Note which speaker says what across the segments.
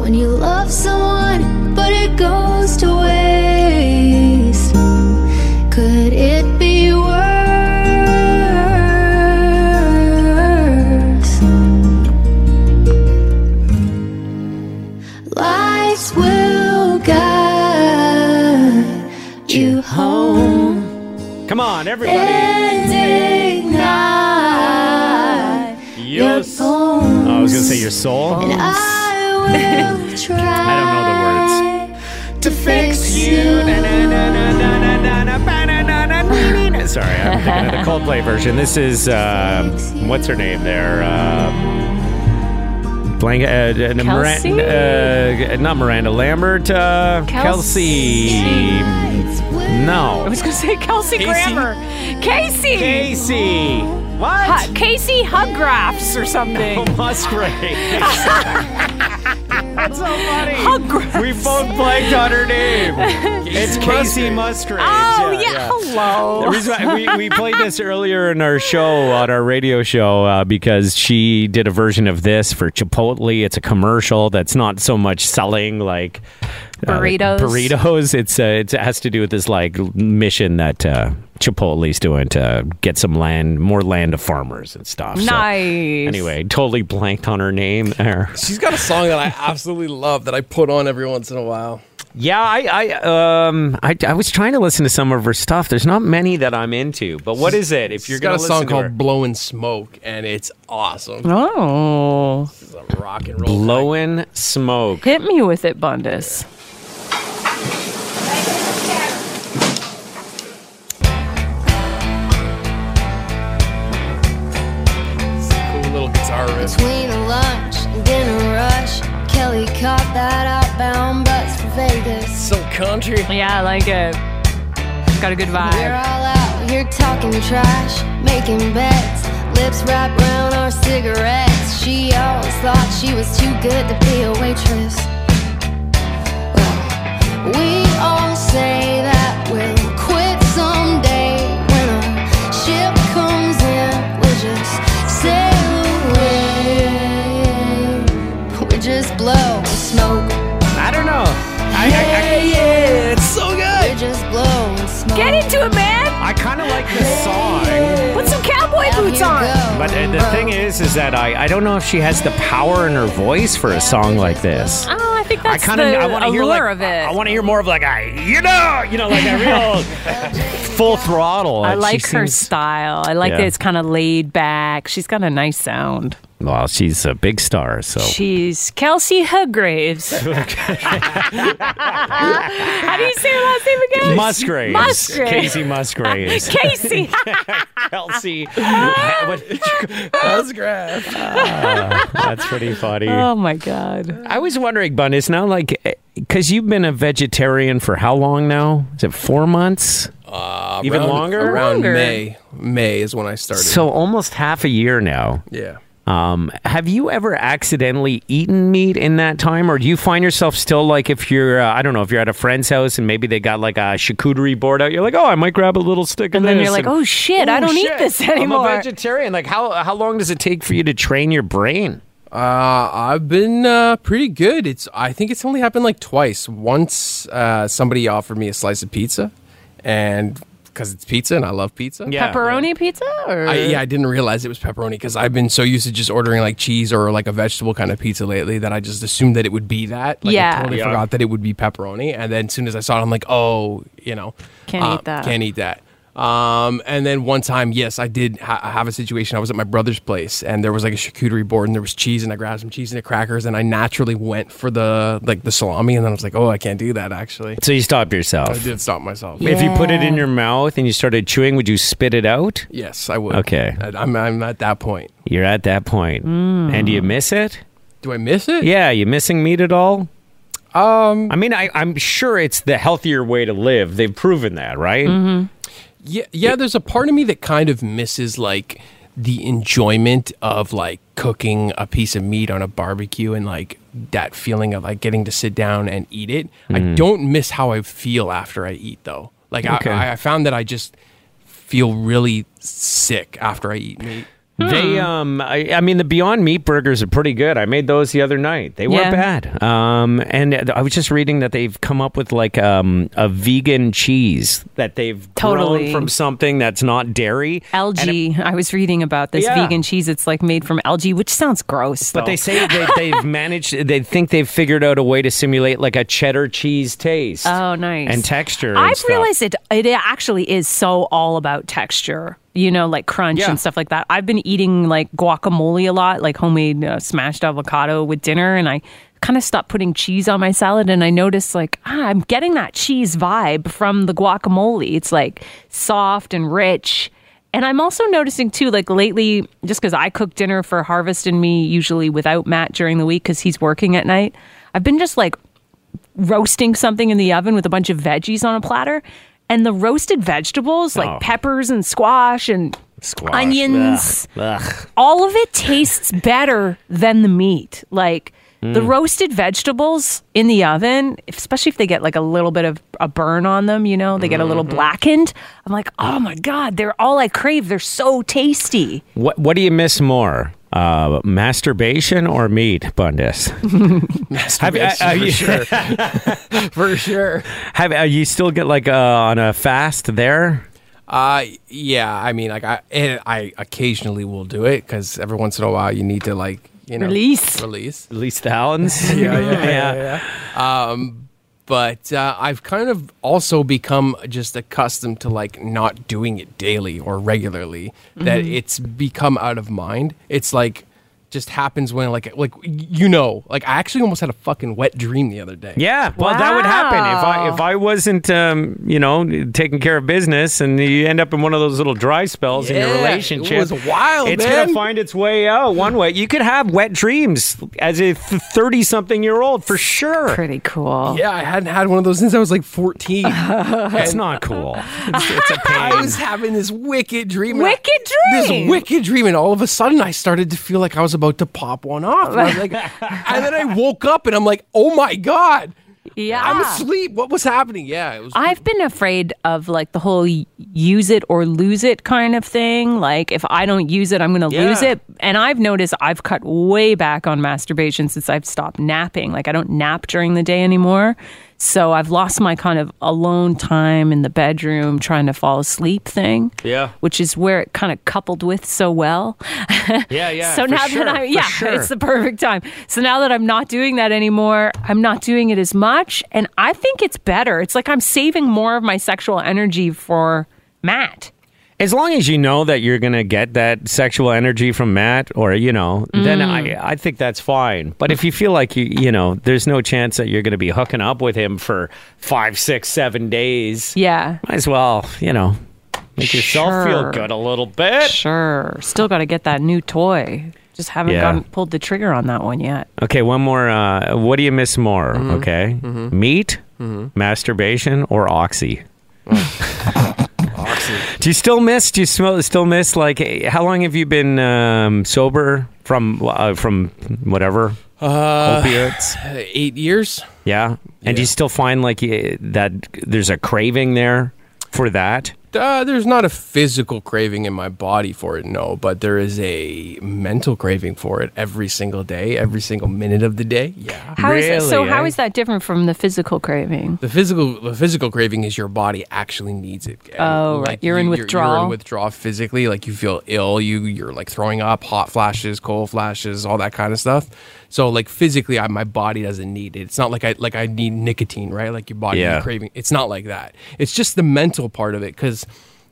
Speaker 1: when you love someone but it goes to waste could it be worse lights will guide you home
Speaker 2: Come on, everybody.
Speaker 1: ending night
Speaker 2: Your soul.
Speaker 1: home
Speaker 2: I was gonna say your soul.
Speaker 1: I will try. don't
Speaker 2: I
Speaker 1: know the words. To fix you.
Speaker 2: Sorry, I'm thinking of the Coldplay version. This is uh, what's her name there? Uh, blank, uh, uh,
Speaker 3: Kelsey?
Speaker 2: Miranda, uh, not Miranda Lambert. Uh,
Speaker 3: Kelsey.
Speaker 2: Kelsey.
Speaker 3: I
Speaker 2: No,
Speaker 3: was gonna say Kelsey
Speaker 2: Casey?
Speaker 3: Grammer. Casey.
Speaker 2: Casey.
Speaker 3: Hu-
Speaker 2: What?
Speaker 3: Casey Hugraffs or something.
Speaker 2: Musgrave. That's so funny.
Speaker 3: Hugraffs.
Speaker 2: We both blanked on her name. it's Casey Musgrave.
Speaker 3: Oh yeah. Hello.
Speaker 2: The reason why we, we played this earlier in our show, on our radio show, uh, because she did a version of this for Chipotle. It's a commercial that's not so much selling like uh,
Speaker 3: Burritos.
Speaker 2: burritos. It's uh, it's- it has to do with this like mission that uh, Chipotle's doing to get some land, more land to farmers and stuff. So,
Speaker 3: Nice.
Speaker 2: anyway, totally blanked on her name there.
Speaker 4: She's got a song that I absolutely love that I put on every once in a while.
Speaker 2: Yeah, I I um I, I was trying to listen to some of her stuff. There's not many that I'm into, but what is it? If
Speaker 4: She's
Speaker 2: you're
Speaker 4: got
Speaker 2: gonna
Speaker 4: a song
Speaker 2: listen to her-
Speaker 4: called "Blowing Smoke" and it's awesome.
Speaker 3: Oh.
Speaker 4: It's a rock and roll.
Speaker 2: Blowing smoke.
Speaker 3: Hit me with it, Bundes.
Speaker 4: cool little guitar riff.
Speaker 1: Between a lunch and dinner rush, Kelly caught that outbound bus for Vegas.
Speaker 4: So country.
Speaker 3: Yeah, I like it. Got a good
Speaker 1: We're
Speaker 3: vibe.
Speaker 1: all out here talking trash, making bets. Lips wrapped around our cigarettes. She always thought she was too good to be a waitress. Well, we all say that we'll quit someday. When a ship comes in, we'll just sail away. We just blow smoke.
Speaker 2: I don't know. I I,
Speaker 4: yeah, it's so
Speaker 1: We
Speaker 4: good.
Speaker 1: just blowing smoke.
Speaker 3: Get into it, man.
Speaker 2: I, I kind of like this song,
Speaker 3: Put some cowboy
Speaker 1: Out
Speaker 3: boots
Speaker 1: here
Speaker 3: on.
Speaker 1: goes
Speaker 2: but uh, the
Speaker 1: the
Speaker 2: thing
Speaker 1: road.
Speaker 2: is, is that I I don't know if she has the power in her voice for a song like this.
Speaker 3: Oh, I think that's
Speaker 2: I kind of
Speaker 3: the
Speaker 2: I want to hear
Speaker 3: allure
Speaker 2: like
Speaker 3: of it.
Speaker 2: I want to hear more of like I you know you know like a real full throttle.
Speaker 3: I
Speaker 2: She
Speaker 3: like her
Speaker 2: seems-
Speaker 3: style. I like
Speaker 2: Yeah.
Speaker 3: that it's kind of laid back. She's got a nice sound.
Speaker 2: Well, she's a big star, so
Speaker 3: She's Kelsey Huggraves. How do you say her last name again?
Speaker 2: Musgraves.
Speaker 3: Musgraves.
Speaker 2: Casey Musgraves.
Speaker 3: Casey.
Speaker 2: Kelsey.
Speaker 3: Ah!
Speaker 2: What did you-
Speaker 4: Musgrave.
Speaker 2: That's pretty funny.
Speaker 3: oh my God.
Speaker 2: I was wondering, Bun, it's now like, because you've been a vegetarian for how long now? Is it four months?
Speaker 4: Uh,
Speaker 2: Even
Speaker 4: around-
Speaker 2: longer?
Speaker 4: Around
Speaker 3: Longer.
Speaker 4: May. May is when I started.
Speaker 2: So almost half a year now.
Speaker 4: yeah.
Speaker 2: Um, have you ever accidentally eaten meat in that time, or do you find yourself still like if you're, uh, I don't know, if you're at a friend's house and maybe they got like a charcuterie board out, you're like, oh, I might grab a little stick of
Speaker 3: And then
Speaker 2: this,"
Speaker 3: you're like, oh shit, I
Speaker 2: "Oh,
Speaker 3: don't
Speaker 2: shit,
Speaker 3: eat this
Speaker 2: I'm a
Speaker 3: anymore.
Speaker 2: vegetarian. Like, how how long does it take for you to train your brain?
Speaker 4: Uh, I've been uh, pretty good. It's I think it's only happened like twice. Once uh, somebody offered me a slice of pizza, and because it's pizza and I love pizza.
Speaker 3: Pepperoni pizza? Or?
Speaker 4: I, yeah, I didn't realize it was pepperoni because I've been so used to just ordering like cheese or like a vegetable kind of pizza lately that I just assumed that it would be that. Like,
Speaker 3: Yeah.
Speaker 4: I totally
Speaker 2: Yeah.
Speaker 4: forgot that it would be pepperoni. And then as soon as I saw it, I'm like, oh, you know,
Speaker 3: Can't
Speaker 4: uh,
Speaker 3: eat that.
Speaker 4: Can't eat that. Um, and then one time, yes, I did ha- have a situation. I was at my brother's place and there was like a charcuterie board and there was cheese and I grabbed some cheese and the crackers and I naturally went for the like the salami and then I was like, oh, I can't do that actually.
Speaker 2: So you stop yourself.
Speaker 4: I did stop myself.
Speaker 2: If you put it in
Speaker 3: Yeah.
Speaker 2: your mouth and you started chewing, would you spit it out?
Speaker 4: Yes, I would.
Speaker 2: Okay.
Speaker 4: I, I'm, I'm at that point.
Speaker 2: You're at that point.
Speaker 3: Mm.
Speaker 2: And do you miss it?
Speaker 4: Do I miss it?
Speaker 2: Yeah, you missing meat at all? Um, I mean, I, I'm sure it's the healthier way to live. They've proven that, right?
Speaker 3: Mm-hmm.
Speaker 4: Yeah, yeah. There's a part of me that kind of misses like the enjoyment of like cooking a piece of meat on a barbecue and like that feeling of like getting to sit down and eat it. I don't miss how I feel after I eat though. Like
Speaker 2: Okay.
Speaker 4: I, I found that I just feel really sick after I eat meat.
Speaker 2: They,
Speaker 3: Hmm.
Speaker 2: um, I, I mean, the Beyond Meat burgers are pretty good. I made those the other night. They weren't
Speaker 3: Yeah.
Speaker 2: bad. Um, and I was just reading that they've come up with like um, a vegan cheese that they've
Speaker 3: Totally.
Speaker 2: grown from something that's not dairy. And it-
Speaker 3: Algae. I was reading about this
Speaker 2: Yeah.
Speaker 3: vegan cheese. It's like made from algae, which sounds gross.
Speaker 2: but
Speaker 3: though.
Speaker 2: they say they, they've managed. They think they've figured out a way to simulate like a cheddar cheese taste.
Speaker 3: Oh, nice.
Speaker 2: And texture. and
Speaker 3: I've
Speaker 2: stuff.
Speaker 3: realized it. It actually is so all about texture. You know, like crunch
Speaker 2: Yeah.
Speaker 3: and stuff like that. I've been eating like guacamole a lot, like homemade uh, smashed avocado with dinner, and I kind of stopped putting cheese on my salad, and I noticed like ah, I'm getting that cheese vibe from the guacamole. It's like soft and rich. And I'm also noticing too, like lately, just because I cook dinner for Harvest and me usually without Matt during the week because he's working at night, I've been just like roasting something in the oven with a bunch of veggies on a platter and the roasted vegetables like
Speaker 2: Oh.
Speaker 3: peppers and squash and
Speaker 2: Squash.
Speaker 3: onions
Speaker 2: Ugh. Ugh.
Speaker 3: all of it tastes better than the meat like the roasted vegetables in the oven especially if they get like a little bit of a burn on them you know they get a little blackened i'm like oh my god they're all i crave they're so tasty
Speaker 2: What What do you miss more, uh, masturbation or meat, Bundus?
Speaker 4: Masturbation,
Speaker 2: I- I-
Speaker 4: for sure. for sure.
Speaker 2: Have uh, you still get like uh, on a fast there?
Speaker 4: Uh, yeah. I mean, like I, and I occasionally will do it because every once in a while you need to like you know
Speaker 3: Release.
Speaker 4: release.
Speaker 2: At least the Allens. yeah, yeah,
Speaker 4: But uh, I've kind of also become just accustomed to like not doing it daily or regularly. That
Speaker 3: Mm-hmm.
Speaker 4: it's become out of mind. It's like just happens when like like you know like I actually almost had a fucking wet dream the other day.
Speaker 2: Yeah, well, that would happen if I if I wasn't, um, you know, taking care of business, and you end up in one of those little dry spells in
Speaker 4: Yeah,
Speaker 2: your
Speaker 4: it
Speaker 2: relationship.
Speaker 4: was wild,
Speaker 2: It's
Speaker 4: man.
Speaker 2: gonna find its way out one way. You could have wet dreams as a thirty-something year old for sure.
Speaker 3: pretty cool
Speaker 4: Yeah, I hadn't had one of those since I was like 14.
Speaker 2: That's not cool. It's, it's a pain.
Speaker 4: I was having this wicked dream. and I-
Speaker 3: Wicked dream?
Speaker 4: This wicked dream, and all of a sudden I started to feel like I was about to pop one off. And, I was like, and then I woke up and I'm like, oh my god,
Speaker 3: yeah
Speaker 4: I'm asleep. What was happening? Yeah, it was.
Speaker 3: I've been afraid of like the whole y- use it or lose it kind of thing. Like if I don't use it, I'm going to
Speaker 4: Yeah.
Speaker 3: lose it. And I've noticed I've cut way back on masturbation since I've stopped napping. Like I don't nap during the day anymore. So I've lost my kind of alone time in the bedroom trying to fall asleep thing.
Speaker 2: Yeah.
Speaker 3: Which is where it kind of coupled with so well.
Speaker 2: yeah, yeah.
Speaker 3: So
Speaker 2: for
Speaker 3: now
Speaker 2: sure,
Speaker 3: that I'm
Speaker 2: for
Speaker 3: yeah,
Speaker 2: sure.
Speaker 3: it's the perfect time. So now that I'm not doing that anymore, I'm not doing it as much, and I think it's better. It's like I'm saving more of my sexual energy for Matt.
Speaker 2: As long as you know that you're gonna get that sexual energy from Matt, or you know, then I I think that's fine. But if you feel like you you know, there's no chance that you're gonna be hooking up with him for five, six, seven days.
Speaker 3: Yeah,
Speaker 2: Might as well, you know, make yourself feel
Speaker 3: Sure.
Speaker 2: good a little bit.
Speaker 3: sure. Still got to get that new toy. Just haven't
Speaker 2: Yeah.
Speaker 3: gotten pulled the trigger on that one yet.
Speaker 2: Okay, one more. Uh, what do you miss more?
Speaker 4: Mm-hmm.
Speaker 2: Okay, meat, masturbation, or oxy?
Speaker 4: Oh. oxy.
Speaker 2: Do you still miss? Do you smell, still miss? Like, eh, how long have you been um, sober from uh, from whatever
Speaker 4: Uh,
Speaker 2: opiates?
Speaker 4: eight years.
Speaker 2: Yeah, and do you
Speaker 4: Yeah.
Speaker 2: still find like eh, that there's a craving there for that?
Speaker 4: Uh, there's not a physical craving in my body for it, no, but there is a mental craving for it every single day, every single minute of the day. Yeah.
Speaker 3: How is it, so?
Speaker 2: Really,
Speaker 3: How
Speaker 2: eh?
Speaker 3: is that different from the physical craving?
Speaker 4: The physical, the physical craving is your body actually needs it. And,
Speaker 3: Oh, right. You're in
Speaker 4: You're
Speaker 3: withdrawal.
Speaker 4: in withdrawal physically. Like you feel ill. You you're like throwing up, hot flashes, cold flashes, all that kind of stuff. So like physically, I, my body doesn't need it. It's not like I like I need nicotine, right? Like your body
Speaker 2: Yeah.
Speaker 4: craving. It's not like that. It's just the mental part of it because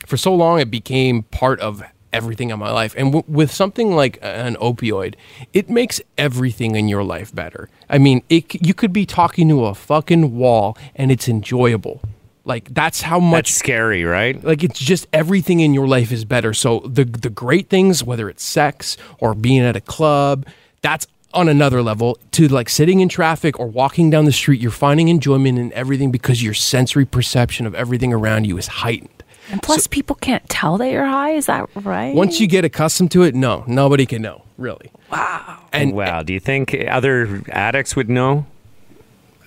Speaker 4: for so long it became part of everything in my life. And w- with something like an opioid, it makes everything in your life better. I mean, it, c- you could be talking to a fucking wall and it's enjoyable. Like that's how much
Speaker 2: That's scary, right?
Speaker 4: like it's just everything in your life is better. So the the great things, whether it's sex or being at a club, that's on another level to like sitting in traffic or walking down the street, you're finding enjoyment in everything because your sensory perception of everything around you is heightened.
Speaker 3: And plus, people can't tell that you're high. Is that right?
Speaker 4: Once you get accustomed to it, no, nobody can know, really. Wow. And
Speaker 2: Wow. Do you think other addicts would know?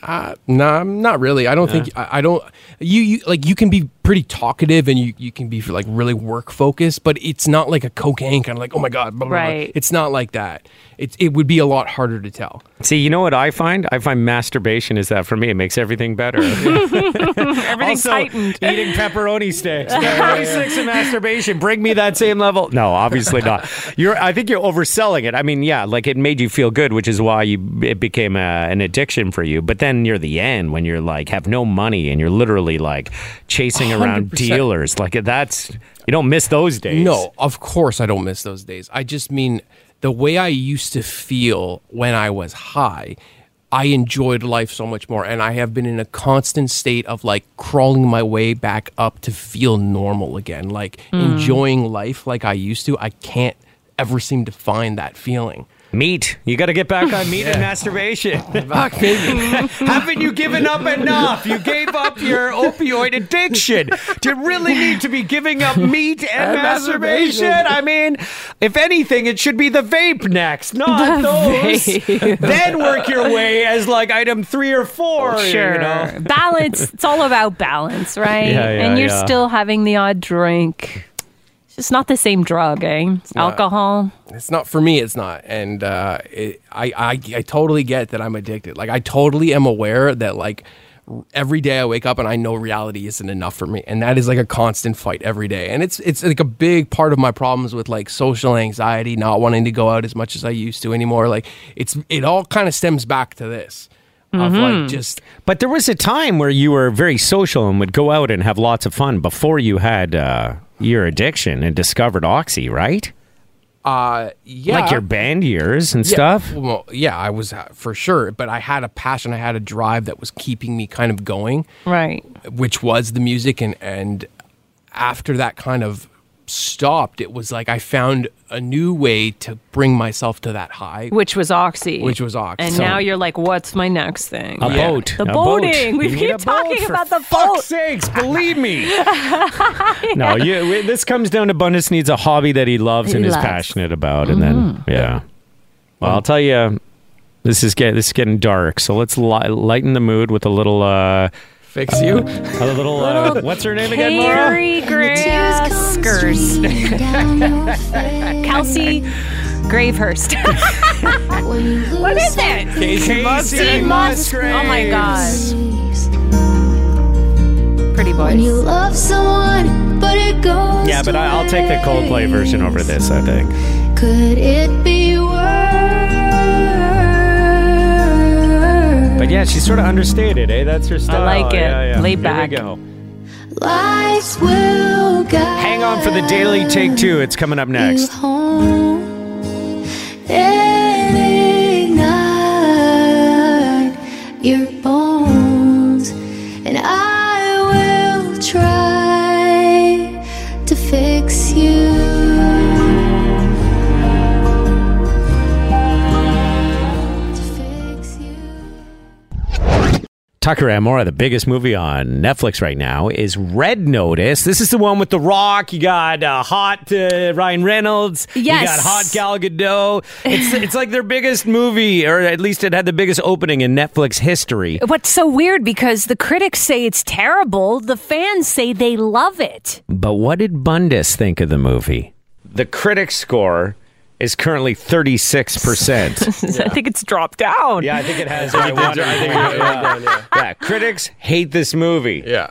Speaker 4: No, nah, not really. I don't think I, I don't. You, you like you can be pretty talkative and you, you can be like really work focused, but it's not like a cocaine kind of like, oh my God, blah, blah, blah.
Speaker 3: Right.
Speaker 4: It's not like that. It, it would be a lot harder to tell.
Speaker 5: See, you know what I find? I find masturbation is that for me. It makes everything better.
Speaker 3: Everything's
Speaker 5: also,
Speaker 3: tightened.
Speaker 5: eating pepperoni sticks. Pepperoni sticks and masturbation bring me that same level. No, obviously not. You're. I think you're overselling it. I mean, yeah, like it made you feel good, which is why you it became a, an addiction for you. But then near the end, when you're like have no money and you're literally like chasing around
Speaker 4: 100%.
Speaker 5: dealers, like that's you don't miss those days.
Speaker 4: No, of course I don't miss those days. I just mean the way I used to feel when I was high. I enjoyed life so much more, and I have been in a constant state of like crawling my way back up to feel normal again, like enjoying life like I used to. I can't ever seem to find that feeling.
Speaker 5: meat. You got to get back on meat and masturbation.
Speaker 4: Fuck, baby.
Speaker 5: Haven't you given up enough? You gave up your opioid addiction. Do you really need to be giving up meat and, masturbation?
Speaker 4: masturbation.
Speaker 5: I mean, if anything, it should be the vape next, not those. then work your way as like item three or four. you
Speaker 3: Sure.
Speaker 5: know?
Speaker 3: balance. It's all about balance, right?
Speaker 5: Yeah, yeah,
Speaker 3: and you're
Speaker 5: yeah.
Speaker 3: still having the odd drink. It's just not the same drug, eh? It's alcohol.
Speaker 4: it's not for me. It's not, and uh, it, I, I I totally get that I'm addicted. Like I totally am aware that like r- every day I wake up and I know reality isn't enough for me, and that is like a constant fight every day. And it's it's like a big part of my problems with like social anxiety, not wanting to go out as much as I used to anymore. Like it's it all kind of stems back to this of
Speaker 5: Mm-hmm.
Speaker 4: like just
Speaker 5: But there was a time where you were very social and would go out and have lots of fun before you had uh, your addiction and discovered Oxy, right?
Speaker 4: uh yeah
Speaker 5: Like your band years and
Speaker 4: Yeah,
Speaker 5: stuff.
Speaker 4: Well, yeah, I was uh, for sure, but I had a passion, I had a drive that was keeping me kind of going.
Speaker 3: Right.
Speaker 4: which was the music and and after that kind of stopped it was like i found a new way to bring myself to that high
Speaker 3: Which was Oxy.
Speaker 4: Which was Oxy.
Speaker 3: And
Speaker 4: So-
Speaker 3: now you're like, what's my next thing?
Speaker 5: A
Speaker 4: Yeah.
Speaker 5: boat.
Speaker 3: The
Speaker 5: A boat.
Speaker 3: boating. We
Speaker 5: You
Speaker 3: keep
Speaker 5: need a
Speaker 3: talking
Speaker 5: for
Speaker 3: about the boat.
Speaker 5: Fuck's sakes, believe me. No, you, we- this comes down to Bundes needs a hobby that he loves
Speaker 3: He
Speaker 5: and is
Speaker 3: loves. Mm-hmm.
Speaker 5: passionate about, and then yeah. Well, I'll tell you, this is get this is getting dark. So let's li- lighten the mood with a little, uh,
Speaker 4: fix you
Speaker 5: a little. Uh, what's her name again, Laura?
Speaker 3: Carrie Graskers. Kelsey Gravehurst. what is it?
Speaker 5: Casey
Speaker 3: Steve Musgrave. Oh my God. Pretty
Speaker 1: When you
Speaker 3: voice.
Speaker 1: love someone, but it goes.
Speaker 5: Yeah, but
Speaker 1: to
Speaker 5: I, I'll take the Coldplay version over
Speaker 1: waste.
Speaker 5: this. I think.
Speaker 1: Could it be worse?
Speaker 5: But yeah, she's sort of understated, eh? That's her style.
Speaker 3: like it.
Speaker 5: Yeah, yeah.
Speaker 3: Laid
Speaker 5: Here we
Speaker 3: back.
Speaker 5: go.
Speaker 1: Life's will guide
Speaker 5: Hang on for the daily take two. It's coming up
Speaker 1: you
Speaker 5: next.
Speaker 1: home and ignite your bones, and I will try to fix you. To fix you.
Speaker 5: Tucker and Amora, the biggest movie on Netflix right now is Red Notice. This is the one with The Rock. You got uh, hot uh, Ryan Reynolds. You
Speaker 3: Yes.
Speaker 5: got hot Gal Gadot. It's it's like their biggest movie, or at least it had the biggest opening in Netflix history.
Speaker 3: What's so weird because the critics say it's terrible, the fans say they love it.
Speaker 5: But what did Bundes think of the movie? The critic score is currently thirty six percent.
Speaker 3: I think it's dropped down.
Speaker 5: Yeah, I think it has. I wonder. I think it has yeah. Yeah, critics hate this movie.
Speaker 4: yeah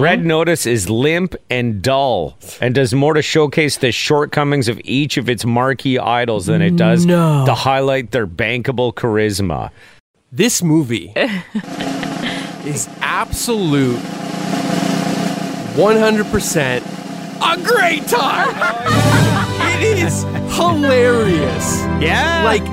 Speaker 5: Red Notice is limp and dull and does more to showcase the shortcomings of each of its marquee idols than it does to highlight their bankable charisma.
Speaker 4: this movie is absolute 100% a great time
Speaker 3: Oh,
Speaker 4: it is hilarious
Speaker 5: Yeah.
Speaker 4: like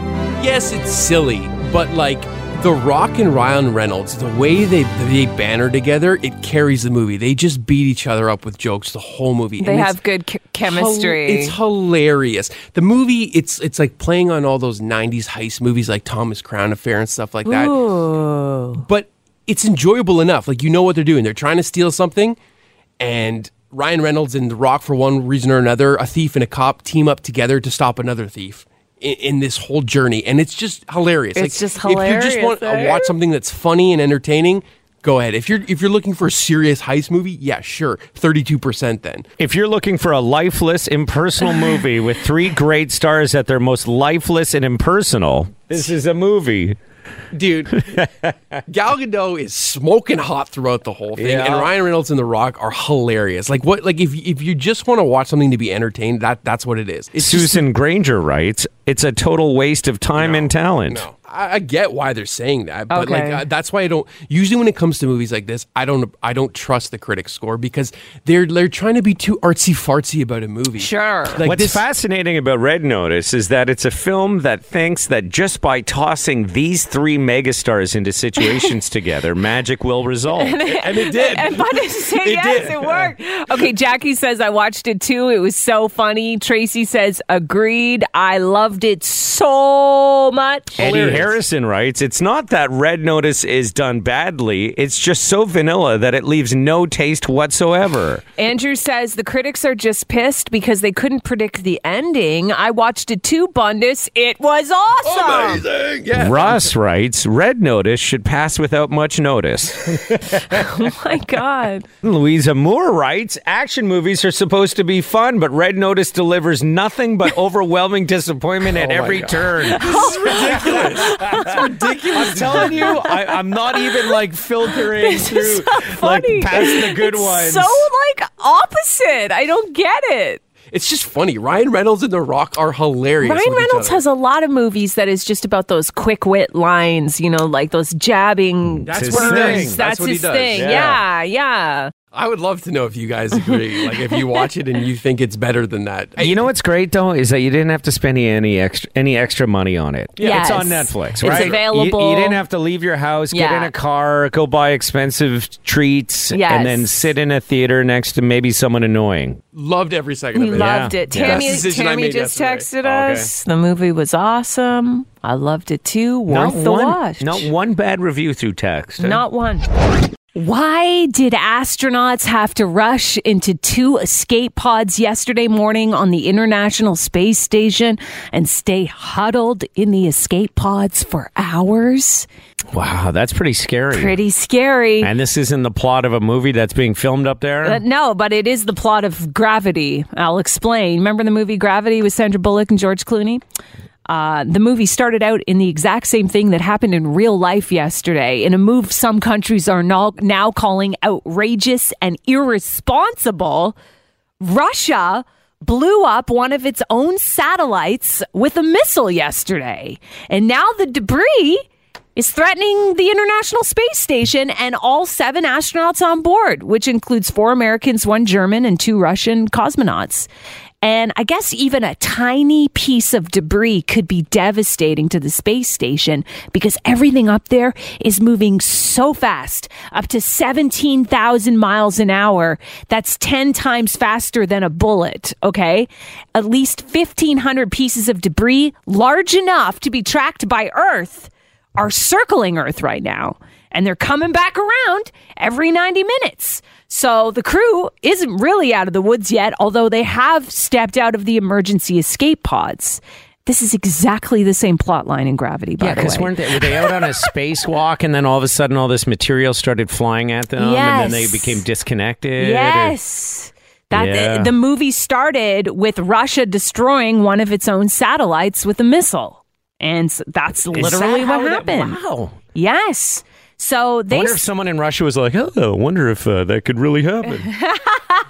Speaker 4: yes it's silly but like the rock and ryan reynolds the way they they banner together it carries the movie they just beat each other up with jokes the whole movie
Speaker 3: They
Speaker 4: And it's
Speaker 3: have good ch- chemistry.
Speaker 4: hil- it's hilarious. The movie, it's it's like playing on all those '90s heist movies, like Thomas Crown Affair and stuff like that. But it's enjoyable enough. Like you know what they're doing. They're trying to steal something, and Ryan Reynolds and The Rock, for one reason or another, a thief and a cop team up together to stop another thief. In, in this whole journey, and it's just hilarious.
Speaker 3: It's just
Speaker 4: If you just
Speaker 3: hilarious,
Speaker 4: want to
Speaker 3: eh?
Speaker 4: watch something that's funny and entertaining, go ahead. If you're if you're looking for a serious heist movie, yeah, sure, thirty two percent then.
Speaker 5: If you're looking for a lifeless, impersonal movie with three great stars at their most lifeless and impersonal, this is a movie.
Speaker 4: Dude, Gal Gadot is smoking hot throughout the whole thing,
Speaker 5: Yeah.
Speaker 4: and Ryan Reynolds and The Rock are hilarious. Like what? Like if if you just want to watch something to be entertained, that that's what it is. It's just-
Speaker 5: Susan Granger writes, "It's a total waste of time and talent."
Speaker 4: No, I, I get why they're saying that, but like
Speaker 3: Okay.
Speaker 4: uh, that's why I don't. Usually, when it comes to movies like this, I don't. I don't trust the critic score because they're they're trying to be too artsy fartsy about a movie.
Speaker 3: Sure.
Speaker 4: Like
Speaker 5: What's
Speaker 4: this,
Speaker 5: fascinating about Red Notice is that it's a film that thinks that just by tossing these three megastars into situations together, magic will result.
Speaker 4: and it did.
Speaker 3: And but to say yes,
Speaker 4: did.
Speaker 3: it worked. Okay, Jackie says I watched it too. It was so funny. Tracy says agreed. I loved it so much.
Speaker 5: Eddie
Speaker 4: Hilarious.
Speaker 5: Harrison writes, "It's not that Red Notice is done badly. It's just so vanilla that it leaves no taste whatsoever."
Speaker 3: Andrew says the critics are just pissed because they couldn't predict the ending. I watched it too, Bundus. It was awesome.
Speaker 4: Amazing. Yeah.
Speaker 5: Russ writes, "Red Notice should pass without much notice."
Speaker 3: Oh my god.
Speaker 5: Louisa Moore writes, "Action movies are supposed to be fun, but Red Notice delivers nothing but overwhelming disappointment at
Speaker 4: Oh my
Speaker 5: every
Speaker 4: God.
Speaker 5: turn."
Speaker 4: This is ridiculous. it's ridiculous.
Speaker 5: I'm telling you, I, I'm not even like filtering through like
Speaker 3: funny.
Speaker 5: past the good
Speaker 3: It's
Speaker 5: ones.
Speaker 3: So like opposite. I don't get it.
Speaker 4: It's just funny. Ryan Reynolds and The Rock are hilarious.
Speaker 3: Ryan
Speaker 4: with each
Speaker 3: Reynolds
Speaker 4: other.
Speaker 3: has a lot of movies that is just about those quick wit lines, you know, like those jabbing.
Speaker 4: That's
Speaker 5: his
Speaker 4: what he
Speaker 5: thing.
Speaker 4: does.
Speaker 3: That's,
Speaker 4: what he
Speaker 3: his
Speaker 4: does.
Speaker 3: thing. Yeah,
Speaker 5: Yeah.
Speaker 3: yeah.
Speaker 4: I would love to know if you guys agree. like if you watch it and you think it's better than that.
Speaker 5: You know what's great though is that you didn't have to spend any extra any extra money on it.
Speaker 3: Yeah.
Speaker 5: it's on
Speaker 3: Yes.
Speaker 5: Netflix,
Speaker 3: It's
Speaker 5: right? You- You,
Speaker 3: available.
Speaker 5: didn't have to leave your house, get
Speaker 3: Yeah.
Speaker 5: in a car, go buy expensive treats,
Speaker 3: Yes.
Speaker 5: and then sit in a theater next to maybe someone annoying.
Speaker 4: Loved every second
Speaker 3: We
Speaker 4: of it.
Speaker 3: loved it.
Speaker 5: Yeah.
Speaker 3: Tammy,
Speaker 4: Best decision I
Speaker 3: Tammy
Speaker 4: made
Speaker 3: just
Speaker 4: yesterday.
Speaker 3: texted us. The movie was awesome. I loved it too. Worth the
Speaker 5: one,
Speaker 3: watch.
Speaker 5: not one bad review through text.
Speaker 3: Not one. Why did astronauts have to rush into two escape pods yesterday morning on the International Space Station and stay huddled in the escape pods for hours?
Speaker 5: wow, that's pretty scary.
Speaker 3: Pretty scary.
Speaker 5: And this isn't the plot of a movie that's being filmed up there.
Speaker 3: Uh, no, but it is the plot of Gravity. I'll explain. Remember the movie Gravity with Sandra Bullock and George Clooney? Uh, the movie started out in the exact same thing that happened in real life yesterday, in a move some countries are now, now calling outrageous and irresponsible. Russia blew up one of its own satellites with a missile yesterday. And now the debris is threatening the International Space Station and all seven astronauts on board, which includes four Americans, one German, and two Russian cosmonauts. And I guess even a tiny piece of debris could be devastating to the space station because everything up there is moving so fast, up to 17,000 miles an hour. That's 10 times faster than a bullet, okay? At least 1,500 pieces of debris large enough to be tracked by Earth are circling Earth right now, and they're coming back around every 90 minutes. So the crew isn't really out of the woods yet, although they have stepped out of the emergency escape pods. This is exactly the same plot line in Gravity, by
Speaker 5: Yeah,
Speaker 3: the
Speaker 5: because
Speaker 3: way.
Speaker 5: weren't they, were they out on a spacewalk and then all of a sudden all this material started flying at them and then they
Speaker 3: Yes.
Speaker 5: became disconnected? or-
Speaker 3: Yes. That
Speaker 5: Yeah.
Speaker 3: the movie started with Russia destroying one of its own satellites with a missile. And s- that's
Speaker 5: Is that
Speaker 3: literally
Speaker 5: how
Speaker 3: what
Speaker 5: that-
Speaker 3: happened.
Speaker 5: wow.
Speaker 3: Yes. So
Speaker 5: I
Speaker 3: they
Speaker 5: wonder if
Speaker 3: s-
Speaker 5: someone in Russia was like, oh, wonder if uh, that could really happen.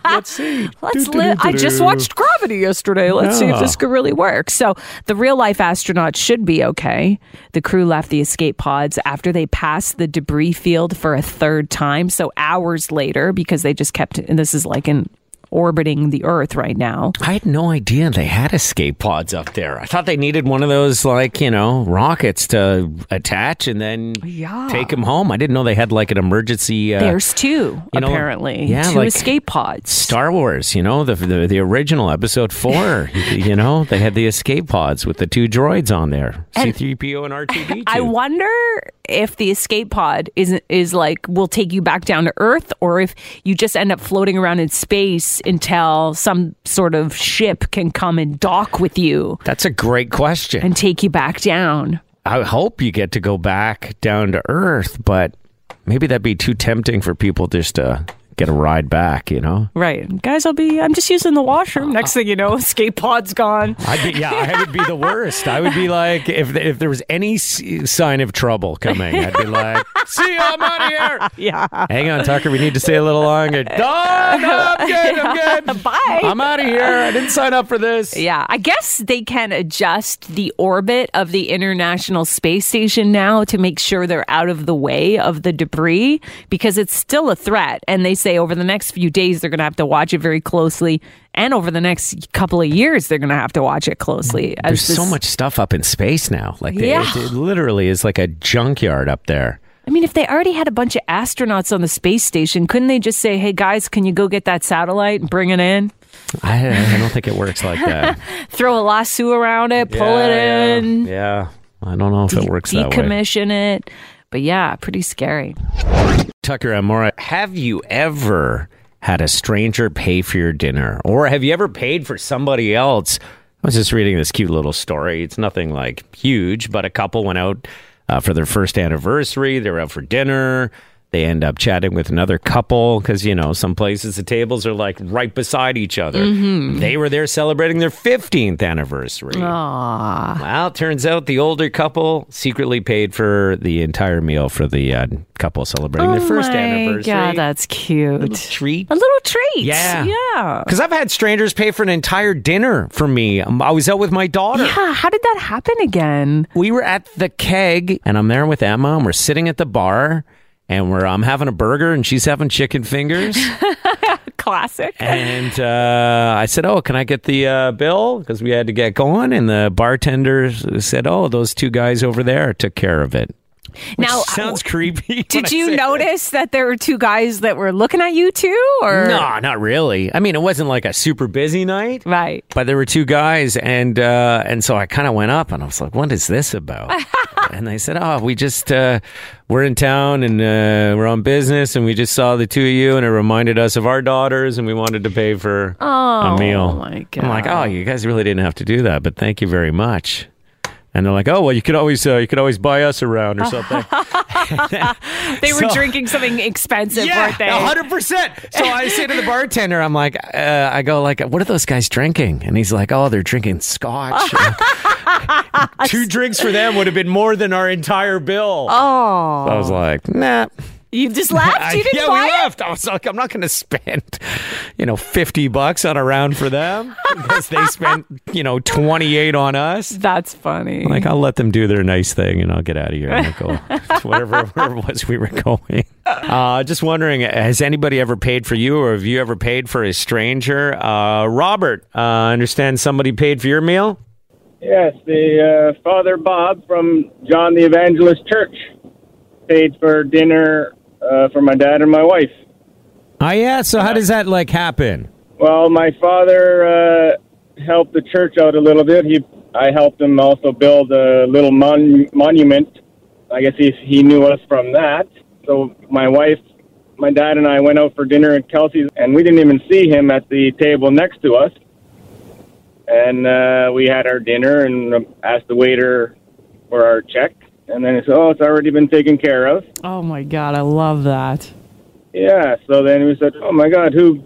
Speaker 5: Let's see.
Speaker 3: Let's li- I just watched Gravity yesterday. Let's see
Speaker 5: Yeah.
Speaker 3: if this could really work. So, the real life astronauts should be okay. The crew left the escape pods after they passed the debris field for a third time. So, hours later, because they just kept, and this is like in orbiting the Earth right now.
Speaker 5: I had no idea they had escape pods up there. I thought they needed one of those, like, you know, rockets to attach and then
Speaker 3: Yeah.
Speaker 5: take them home. I didn't know they had, like, an emergency. Uh,
Speaker 3: There's two,
Speaker 5: you know,
Speaker 3: apparently.
Speaker 5: yeah,
Speaker 3: two
Speaker 5: like-
Speaker 3: escape pods.
Speaker 5: Star Wars, you know, the the, the original episode 4, you, you know, they had the escape pods with the two droids on there. C3PO and R2D2.
Speaker 3: I wonder if the escape pod is is like will take you back down to Earth, or if you just end up floating around in space until some sort of ship can come and dock with you
Speaker 5: That's a great question.
Speaker 3: and take you back down.
Speaker 5: I hope you get to go back down to earth, but maybe that'd be too tempting for people just to get a ride back, you know?
Speaker 3: Right. Guys, I'll be, I'm just using the washroom. Next thing you know, skate pod's gone.
Speaker 5: I'd be, yeah, I would be the worst. I would be like, if, if there was any s- sign of trouble coming, I'd be like, see you, I'm out of here.
Speaker 3: Yeah.
Speaker 5: Hang on, Tucker, we need to stay a little longer. No, no, I'm good, I'm good.
Speaker 3: Bye.
Speaker 5: I'm out of here. I didn't sign up for this.
Speaker 3: Yeah, I guess they can adjust the orbit of the International Space Station now to make sure they're out of the way of the debris because it's still a threat. And they say over the next few days, they're going to have to watch it very closely. And over the next couple of years, they're going to have to watch it closely. as
Speaker 5: Mm, There's so
Speaker 3: this-
Speaker 5: much stuff up in space now. Like, they,
Speaker 3: Yeah.
Speaker 5: it, it literally is like a junkyard up there.
Speaker 3: I mean, if they already had a bunch of astronauts on the space station, couldn't they just say, hey, guys, can you go get that satellite and bring it in?
Speaker 5: I, I don't think it works like that.
Speaker 3: Throw a lasso around it, pull it
Speaker 5: Yeah,
Speaker 3: in.
Speaker 5: Yeah, yeah. I don't know if it works that way.
Speaker 3: decommission it. But yeah, pretty scary.
Speaker 5: Tucker Amora, have you ever had a stranger pay for your dinner? Or have you ever paid for somebody else? I was just reading this cute little story. It's nothing like huge, but a couple went out uh, for their first anniversary. They were out for dinner. They end up chatting with another couple because, you know, some places the tables are like right beside each other. They were there celebrating their 15th anniversary. Well, it turns out the older couple secretly paid for the entire meal for the uh, couple celebrating their first
Speaker 3: Oh my
Speaker 5: anniversary.
Speaker 3: God, that's cute.
Speaker 5: treat.
Speaker 3: a little treat.
Speaker 5: Yeah.
Speaker 3: Yeah.
Speaker 5: Because I've had strangers pay for an entire dinner for me. Um, I was out with my daughter.
Speaker 3: Yeah. How did that happen again?
Speaker 5: We were at the keg, and I'm there with Emma, and we're sitting at the bar, and we're um, having a burger, and she's having chicken fingers.
Speaker 3: Classic.
Speaker 5: And uh, I said, "Oh, can I get the uh, bill?" Because we had to get going. And the bartender said, "Oh, those two guys over there took care of it." Which
Speaker 3: Now, uh,
Speaker 5: sounds creepy. when I
Speaker 3: Did
Speaker 5: say
Speaker 3: you
Speaker 5: it.
Speaker 3: notice that there were two guys that were looking at you too? Or
Speaker 5: No, not really. I mean, it wasn't like a super busy night,
Speaker 3: Right.
Speaker 5: but there were two guys, and uh, and so I kind of went up, and I was like, "What is this about?" and they said, "Oh, we just uh, we're in town, and uh, we're on business, and we just saw the two of you, and it reminded us of our daughters, and we wanted to pay for a meal."
Speaker 3: Oh, my
Speaker 5: I'm like,
Speaker 3: God.
Speaker 5: "Oh, you guys really didn't have to do that, but thank you very much." And they're like, "Oh, well, you could always uh, you could always buy us around or something."
Speaker 3: They were
Speaker 5: So-
Speaker 3: drinking something expensive, weren't they?
Speaker 5: hundred percent. So I say to the bartender, I'm like, uh, I go like, what are those guys drinking? And he's like, oh, they're drinking scotch. Two drinks for them would have been more than our entire bill. Oh, I was like, nah.
Speaker 3: You just laughed.
Speaker 5: I-
Speaker 3: You didn't
Speaker 5: yeah, we
Speaker 3: buy it?
Speaker 5: left. I was like, I'm not going to spend, you know, fifty bucks on a round for them because they spent, you know, twenty eight on us.
Speaker 3: That's funny.
Speaker 5: Like, I'll let them do their nice thing and I'll get out of here and I'll go to whatever wherever it was we were going. Uh, just wondering, has anybody ever paid for you or have you ever paid for a stranger? Uh, Robert, uh, I understand somebody paid for your meal?
Speaker 6: Yes, the uh, Father Bob from John the Evangelist Church paid for dinner uh, for my dad and my wife.
Speaker 5: Oh, yeah. So, how does that like happen?
Speaker 6: Well, my father uh, helped the church out a little bit. He, I helped him also build a little mon- monument. I guess he he knew us from that. So my wife, my dad, and I went out for dinner at Kelsey's, and we didn't even see him at the table next to us. And uh, we had our dinner and asked the waiter for our check, and then he said, "Oh, it's already been taken care of."
Speaker 3: oh my God, I love that.
Speaker 6: Yeah. So then we said, "Oh my God, who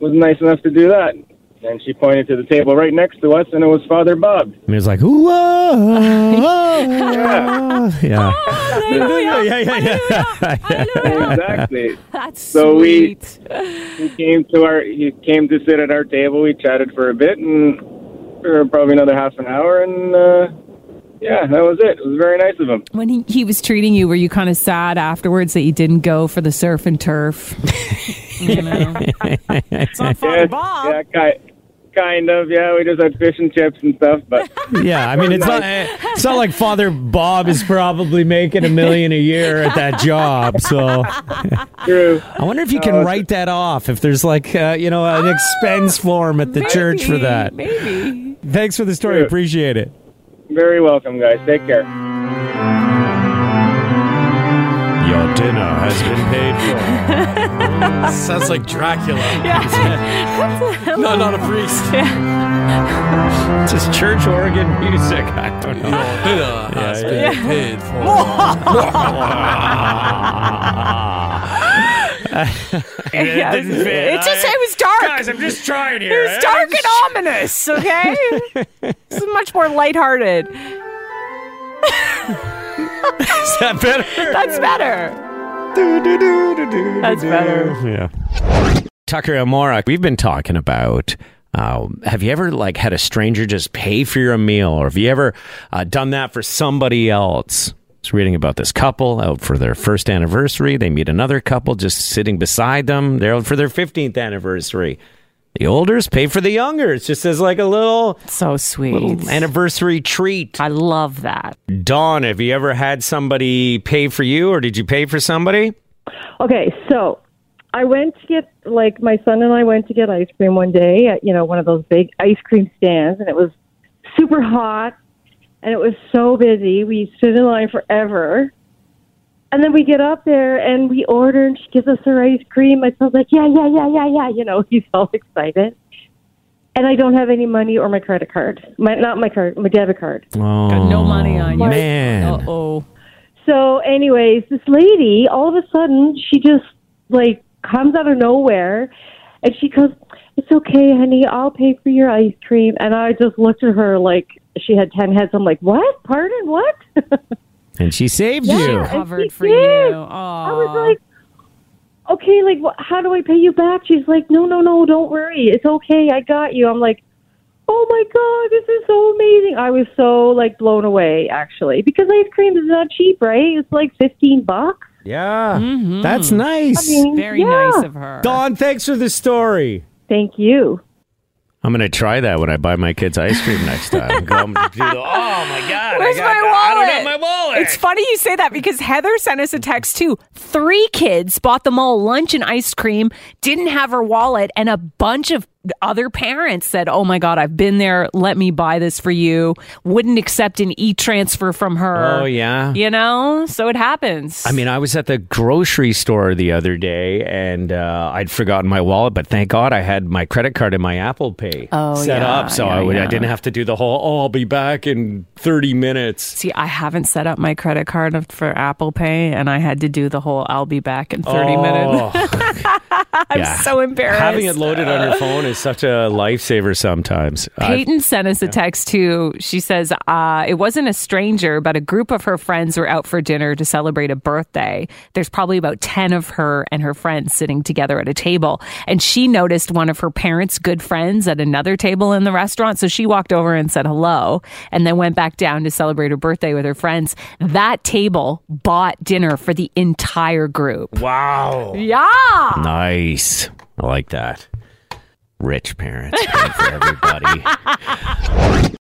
Speaker 6: was nice enough to do that?" And she pointed to the table right next to us, and it was Father Bob.
Speaker 5: And he was like, ooh, ah, ah, yeah. Yeah, yeah, yeah, yeah.
Speaker 6: exactly.
Speaker 3: That's
Speaker 6: So we-
Speaker 3: sweet.
Speaker 6: He came to our. He came to sit at our table. We chatted for a bit, and for probably another half an hour, and uh, yeah, that was it. It was very nice of him.
Speaker 3: When he, he was treating you, were you kind of sad afterwards that you didn't go for the surf and turf? you know? it's on Father
Speaker 6: Yeah,
Speaker 3: Bob.
Speaker 6: yeah, kind, kind of. Yeah, we just had fish and chips and stuff, but
Speaker 5: Yeah, I mean, it's not, it's not like Father Bob is probably making a million a year at that job. So
Speaker 6: true.
Speaker 5: I wonder if you can write that off. If there's like uh, you know an expense form at the church for
Speaker 3: Ah, Maybe,
Speaker 5: that.
Speaker 3: Maybe.
Speaker 5: Thanks for the story.
Speaker 6: Sure.
Speaker 5: Appreciate it.
Speaker 6: Very welcome, guys. Take care.
Speaker 5: Your dinner has been paid
Speaker 4: Sounds like Dracula. no, not a priest.
Speaker 5: for. Just church organ music. I don't know.
Speaker 4: Your dinner has been paid for.
Speaker 3: Yeah,
Speaker 5: didn't fit.
Speaker 3: It's just
Speaker 5: I-
Speaker 3: it was dark.
Speaker 5: Guys, I'm just trying
Speaker 3: it
Speaker 5: here. eh?
Speaker 3: was dark and ominous. Okay, this is much more lighthearted.
Speaker 5: Is that better?
Speaker 3: That's better. That's better.
Speaker 5: Yeah. Tucker Amora, we've been talking about. Uh, have you ever like had a stranger just pay for your meal, or have you ever uh, done that for somebody else? I was reading about this couple out for their first anniversary. They meet another couple just sitting beside them. They're out for their fifteenth anniversary. The olders pay for the younger. It's just as like a little
Speaker 3: So sweet.
Speaker 5: anniversary treat.
Speaker 3: I love that.
Speaker 5: Dawn, have you ever had somebody pay for you, or did you pay for somebody?
Speaker 7: Okay, so I went to get like my son and I went to get ice cream one day at you know one of those big ice cream stands, and it was super hot, and it was so busy. We stood in line forever, and then we get up there and we order, and she gives us her ice cream. My son's like, yeah, yeah, yeah, yeah, yeah. You know, he's all excited. And I don't have any money or my credit card. My not my card, my debit card.
Speaker 5: Oh,
Speaker 3: Got no money on you.
Speaker 5: man.
Speaker 3: Uh oh.
Speaker 7: So, anyways, this lady, all of a sudden, she just like comes out of nowhere, and she goes, "It's okay, honey. I'll pay for your ice cream." And I just looked at her like she had ten heads. I'm like, "What? Pardon? What?"
Speaker 5: And she saved you.
Speaker 3: Covered
Speaker 7: she
Speaker 3: for you.
Speaker 7: did.
Speaker 3: Oh.
Speaker 7: I was like, "Okay, like, wh- how do I pay you back?" She's like, "No, no, no. Don't worry. It's okay. I got you." I'm like. Oh my god, this is so amazing. I was so like blown away actually because ice cream is not cheap, right? It's like 15 bucks.
Speaker 5: Yeah.
Speaker 3: Mm-hmm.
Speaker 5: That's nice.
Speaker 3: very nice of her.
Speaker 5: Dawn, thanks for the story.
Speaker 7: Thank you.
Speaker 5: I'm going to try that when I buy my kids ice cream next time. Go and do the- oh, my God.
Speaker 3: Where's
Speaker 5: I
Speaker 3: my
Speaker 5: got-
Speaker 3: wallet?
Speaker 5: I don't have my wallet.
Speaker 3: It's funny you say that because Heather sent us a text too. Three kids bought them all lunch and ice cream, didn't have her wallet, and a bunch of other parents said, Oh my God, I've been there. Let me buy this for you. Wouldn't accept an e transfer from her.
Speaker 5: Oh, yeah.
Speaker 3: You know? So it happens.
Speaker 5: I mean, I was at the grocery store the other day and uh, I'd forgotten my wallet, but thank God I had my credit card and my Apple Pay
Speaker 3: Oh,
Speaker 5: set
Speaker 3: yeah,
Speaker 5: up. So
Speaker 3: yeah,
Speaker 5: I, would, I
Speaker 3: yeah.
Speaker 5: didn't have to do the whole, oh, I'll be back in 30 minutes.
Speaker 3: See, I haven't set up my credit card for Apple Pay, and I had to do the whole I'll be back in 30 minutes.
Speaker 5: I'm
Speaker 3: so embarrassed.
Speaker 5: Oh, Having it loaded on your phone is such a lifesaver sometimes. I-
Speaker 3: Peyton sent us a text too. She says uh, it wasn't a stranger, but a group of her friends were out for dinner to celebrate a birthday. There's probably about 10 of her and her friends sitting together at a table. And she noticed one of her parents' good friends at another table in the restaurant. So she walked over and said hello and then went back down to celebrate her birthday with her friends. That table bought dinner for the entire group.
Speaker 5: wow.
Speaker 3: Yeah.
Speaker 5: Nice. I like that. Rich parents paying for everybody.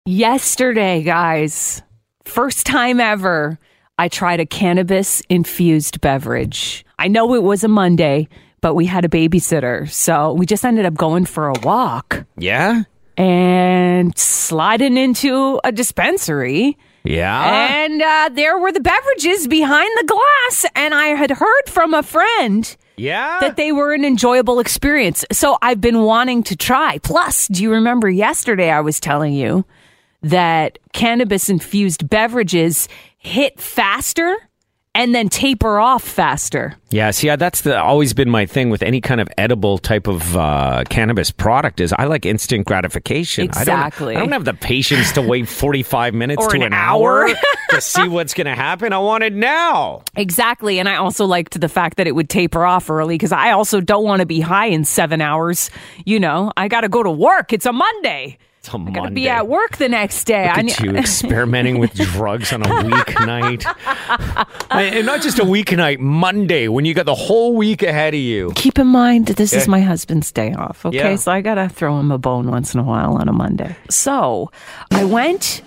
Speaker 3: Yesterday, guys, first time ever, I tried a cannabis infused beverage. I know it was a Monday, but we had a babysitter. So we just ended up going for a walk
Speaker 5: Yeah?
Speaker 3: and sliding into a dispensary.
Speaker 5: Yeah.
Speaker 3: And uh, there were the beverages behind the glass. And I had heard from a friend
Speaker 5: yeah.
Speaker 3: that they were an enjoyable experience. So I've been wanting to try. Plus, do you remember yesterday I was telling you that cannabis infused beverages hit faster and then taper off faster?
Speaker 5: yeah, see, I- that's the, always been my thing with any kind of edible type of uh, cannabis product is I like instant gratification.
Speaker 3: Exactly.
Speaker 5: I don't, I don't have the patience to wait 45 minutes
Speaker 3: Or
Speaker 5: to
Speaker 3: an
Speaker 5: an,
Speaker 3: hour.
Speaker 5: to see what's going to happen. I want it now.
Speaker 3: Exactly. And I also liked the fact that it would taper off early because I also don't want to be high in seven hours. You know, I got to go to work. It's a Monday.
Speaker 5: It's a
Speaker 3: I got to
Speaker 5: Monday.
Speaker 3: be at work the next day.
Speaker 5: Look
Speaker 3: I
Speaker 5: at you experimenting with drugs on a weeknight. and and not just a weeknight, Monday, when you got the whole week ahead of you.
Speaker 3: keep in mind that this is my husband's day off. Okay,
Speaker 5: Yeah.
Speaker 3: so I gotta throw him a bone once in a while on a Monday. So I went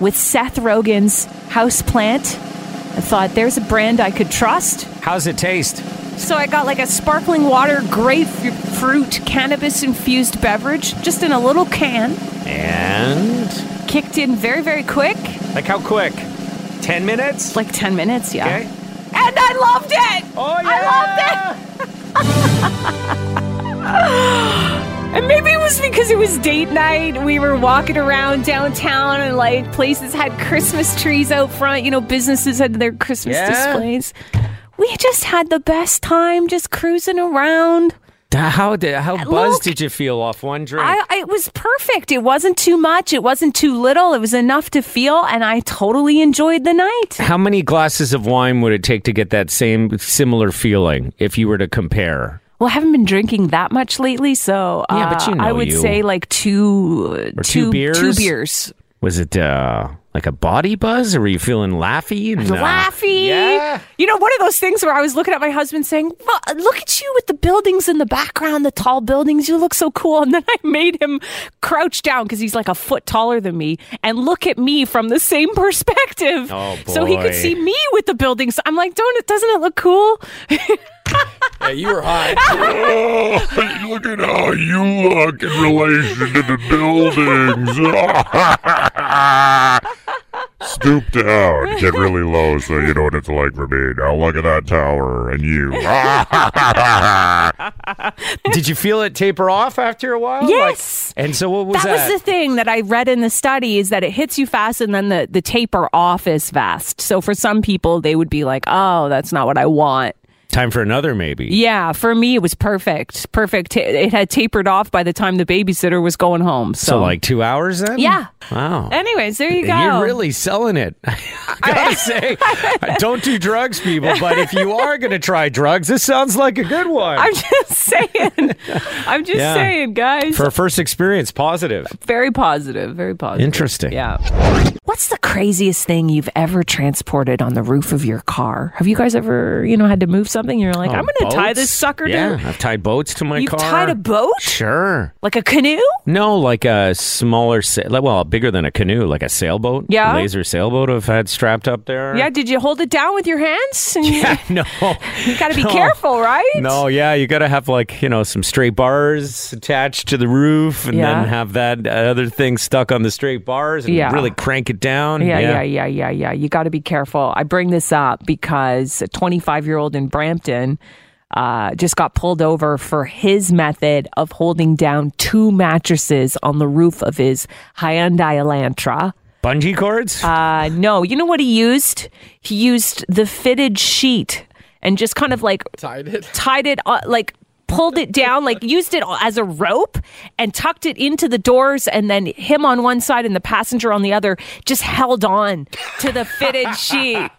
Speaker 3: with Seth Rogen's house plant. I thought there's a brand I could trust.
Speaker 5: How's it taste?
Speaker 3: So I got like a sparkling water grapefruit cannabis infused beverage just in a little can.
Speaker 5: And
Speaker 3: Kicked in very, very quick,
Speaker 5: like how quick? Ten minutes?
Speaker 3: like 10 minutes, yeah.
Speaker 5: Okay.
Speaker 3: And I loved it!
Speaker 5: Oh yeah.
Speaker 3: I loved it! And maybe it was because it was date night. We were walking around downtown and like places had Christmas trees out front. You know, businesses had their Christmas
Speaker 5: Yeah.
Speaker 3: displays. we just had the best time just cruising around.
Speaker 5: How did how
Speaker 3: Look.
Speaker 5: buzzed did you feel off one drink?
Speaker 3: I, I- it was perfect. It wasn't too much. It wasn't too little. It was enough to feel, and I totally enjoyed the night.
Speaker 5: how many glasses of wine would it take to get that same similar feeling if you were to compare?
Speaker 3: Well, I haven't been drinking that much lately, so uh,
Speaker 5: Yeah, but you
Speaker 3: I
Speaker 5: know
Speaker 3: would
Speaker 5: you.
Speaker 3: say like two,
Speaker 5: Or
Speaker 3: two
Speaker 5: two beers?
Speaker 3: two beers.
Speaker 5: Was it uh, like a body buzz, or were you feeling laughy? No.
Speaker 3: Laffy.
Speaker 5: Yeah.
Speaker 3: You know, one of those things where I was looking at my husband saying, "Well, Look at you with the buildings in the background, the tall buildings. You look so cool. And then I made him crouch down because he's like a foot taller than me and look at me from the same perspective.
Speaker 5: Oh,
Speaker 3: So he could
Speaker 5: boy.
Speaker 3: see me with the buildings. I'm like, Don't it, doesn't it look cool?
Speaker 4: Yeah, you were high.
Speaker 8: look at how you look in relation to the buildings. Stoop down, get really low so you know what it's like for me. Now look at that tower and you.
Speaker 5: Did you feel it taper off after a while? Like-
Speaker 3: Yes.
Speaker 5: and so what was
Speaker 3: That
Speaker 5: that?
Speaker 3: was the thing that I read in the study is that it hits you fast and then the, the taper off is fast. So for some people, they would be like, Oh, that's not what I want.
Speaker 5: Time for another, maybe.
Speaker 3: Yeah, for me it was perfect. Perfect. Ta- It had tapered off by the time the babysitter was going home. So,
Speaker 5: So, like two hours then?
Speaker 3: Yeah.
Speaker 5: Wow.
Speaker 3: anyways, there you go.
Speaker 5: You're really selling it. I gotta say, don't do drugs, people. But if you are gonna try drugs, this sounds like a good one.
Speaker 3: I'm just saying. I'm just
Speaker 5: Yeah.
Speaker 3: saying, guys.
Speaker 5: For a first experience, positive.
Speaker 3: very positive. Very positive.
Speaker 5: Interesting.
Speaker 3: Yeah. What's the craziest thing you've ever transported on the roof of your car? Have you guys ever, you know, had to move something? You're like, I'm going to tie
Speaker 5: boats?
Speaker 3: this sucker
Speaker 5: Yeah,
Speaker 3: down.
Speaker 5: I've tied boats to my
Speaker 3: You've
Speaker 5: car.
Speaker 3: tied a boat?
Speaker 5: Sure.
Speaker 3: Like a canoe?
Speaker 5: No, like a smaller, sa- like, well, bigger than a canoe, like a sailboat.
Speaker 3: Yeah.
Speaker 5: A laser sailboat I've had strapped up there.
Speaker 3: Yeah. Did you hold it down with your hands? And you-
Speaker 5: no.
Speaker 3: You got to be
Speaker 5: No.
Speaker 3: careful, right?
Speaker 5: No, yeah, you got to have like, you know, some straight bars attached to the roof and
Speaker 3: Yeah.
Speaker 5: then have that uh, other thing stuck on the straight bars and
Speaker 3: Yeah.
Speaker 5: really crank it down.
Speaker 3: Yeah, yeah, yeah, yeah, yeah. You got to be careful. I bring this up because a 25 year old in Brampton uh, just got pulled over for his method of holding down two mattresses on the roof of his Hyundai Elantra.
Speaker 5: Bungee cords?
Speaker 3: Uh, no, you know what he used? He used the fitted sheet and just kind of like
Speaker 4: Tied it.
Speaker 3: tied it uh, like pulled it down like used it as a rope and tucked it into the doors and then him on one side and the passenger on the other just held on to the fitted sheet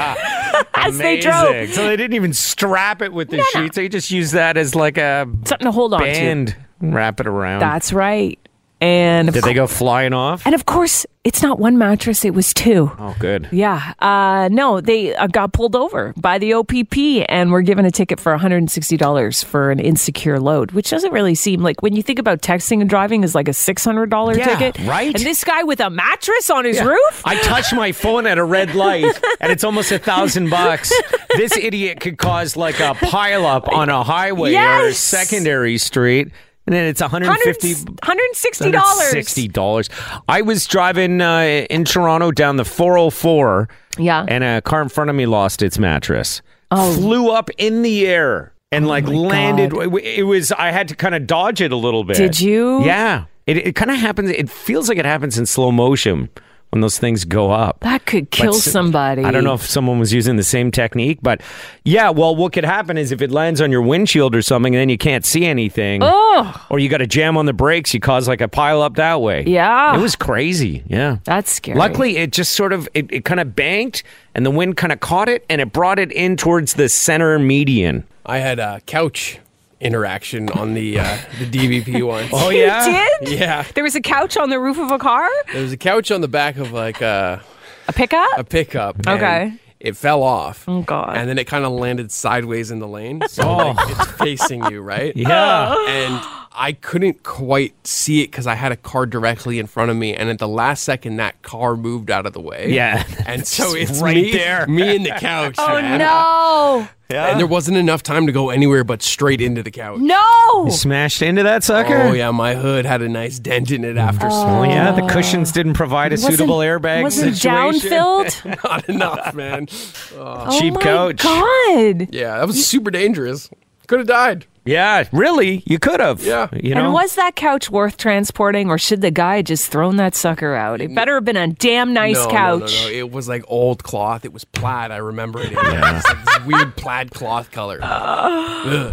Speaker 3: as they drove
Speaker 5: Amazing. So they didn't even strap it with the
Speaker 3: no.
Speaker 5: sheets. They just used that as like a
Speaker 3: something to hold on to
Speaker 5: band, wrap it around.
Speaker 3: that's right and of
Speaker 5: Did
Speaker 3: cour-
Speaker 5: they go flying off?
Speaker 3: and of course it's not one mattress it was two
Speaker 5: Oh, good.
Speaker 3: Yeah. Uh, no, they uh, got pulled over by the OPP and were given a ticket for $160 for an insecure load, which doesn't really seem like when you think about texting and driving is like a $600
Speaker 5: Yeah,
Speaker 3: ticket.
Speaker 5: right?
Speaker 3: And this guy with a mattress on his roof?
Speaker 5: I touch my phone at a red light and it's almost a thousand bucks. This idiot could cause like a pileup on a highway or a
Speaker 3: Yes.
Speaker 5: secondary street. And then it's 150
Speaker 3: $160.
Speaker 5: dollars. I was driving uh, in Toronto down the 404.
Speaker 3: Yeah. Oh.
Speaker 5: And a car in front of me lost its mattress. Flew up in the air and like landed. It was. I had to kind of dodge it a little bit.
Speaker 3: Did you?
Speaker 5: Yeah. It, it kind of happens. It feels like it happens in slow motion when those things go up.
Speaker 3: That could kill
Speaker 5: But s-
Speaker 3: somebody.
Speaker 5: I don't know if someone was using the same technique, but yeah, well, what could happen is if it lands on your windshield or something, and then you can't see anything.
Speaker 3: Oh.
Speaker 5: Or you got to jam on the brakes, you cause like a pile up that way.
Speaker 3: Yeah.
Speaker 5: It was crazy. Yeah.
Speaker 3: That's scary.
Speaker 5: Luckily, it just sort of, it, it kind of banked, and the wind kind of caught it, and it brought it in towards the center median.
Speaker 4: I had a couch interaction on the uh, the DVP once.
Speaker 5: Oh,
Speaker 3: You
Speaker 5: yeah?
Speaker 3: did?
Speaker 4: Yeah,
Speaker 3: There was a couch on the roof of a car?
Speaker 4: there was a couch on the back of like uh, a
Speaker 3: A pickup?
Speaker 4: a pickup. and
Speaker 3: Okay.
Speaker 4: It fell off.
Speaker 3: Oh, God.
Speaker 4: And then it kind of landed sideways in the lane, so like, it's facing you, right?
Speaker 5: Oh. Yeah.
Speaker 4: And I couldn't quite see it because I had a car directly in front of me, and at the last second, that car moved out of the way.
Speaker 5: Yeah.
Speaker 4: And so
Speaker 5: Just
Speaker 4: it's
Speaker 5: right
Speaker 4: me,
Speaker 5: there.
Speaker 4: me and the couch.
Speaker 3: oh,
Speaker 4: man.
Speaker 3: no.
Speaker 4: And there wasn't enough time to go anywhere but straight into the couch.
Speaker 3: No.
Speaker 5: Smashed into that sucker?
Speaker 4: Oh yeah, my hood had a nice dent in it after so
Speaker 5: Oh, yeah. The cushions didn't provide a suitable airbag
Speaker 3: wasn't
Speaker 5: situation.
Speaker 3: downfilled?
Speaker 4: not enough, man.
Speaker 5: Cheap
Speaker 3: oh my
Speaker 5: couch.
Speaker 3: God.
Speaker 4: Yeah, that was super dangerous. Could have died.
Speaker 5: Yeah, really, you could have.
Speaker 4: Yeah.
Speaker 5: you know.
Speaker 3: And was that couch worth transporting, or should the guy just thrown that sucker out? It better have been a damn nice
Speaker 4: No, no,
Speaker 3: couch.
Speaker 4: No, no, It was like old cloth. It was plaid. I remember it. It was like this weird plaid cloth color.
Speaker 3: Uh,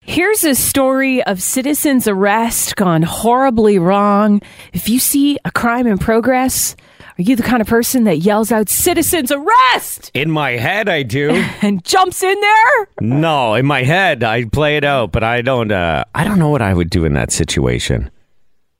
Speaker 3: Here's a story of citizens' arrest gone horribly wrong. If you see a crime in progress, are you the kind of person that yells out "citizens arrest"
Speaker 5: in my head, I do.
Speaker 3: and jumps in there?
Speaker 5: no, in my head, I play it out, but I don't. Uh, I don't know what I would do in that situation.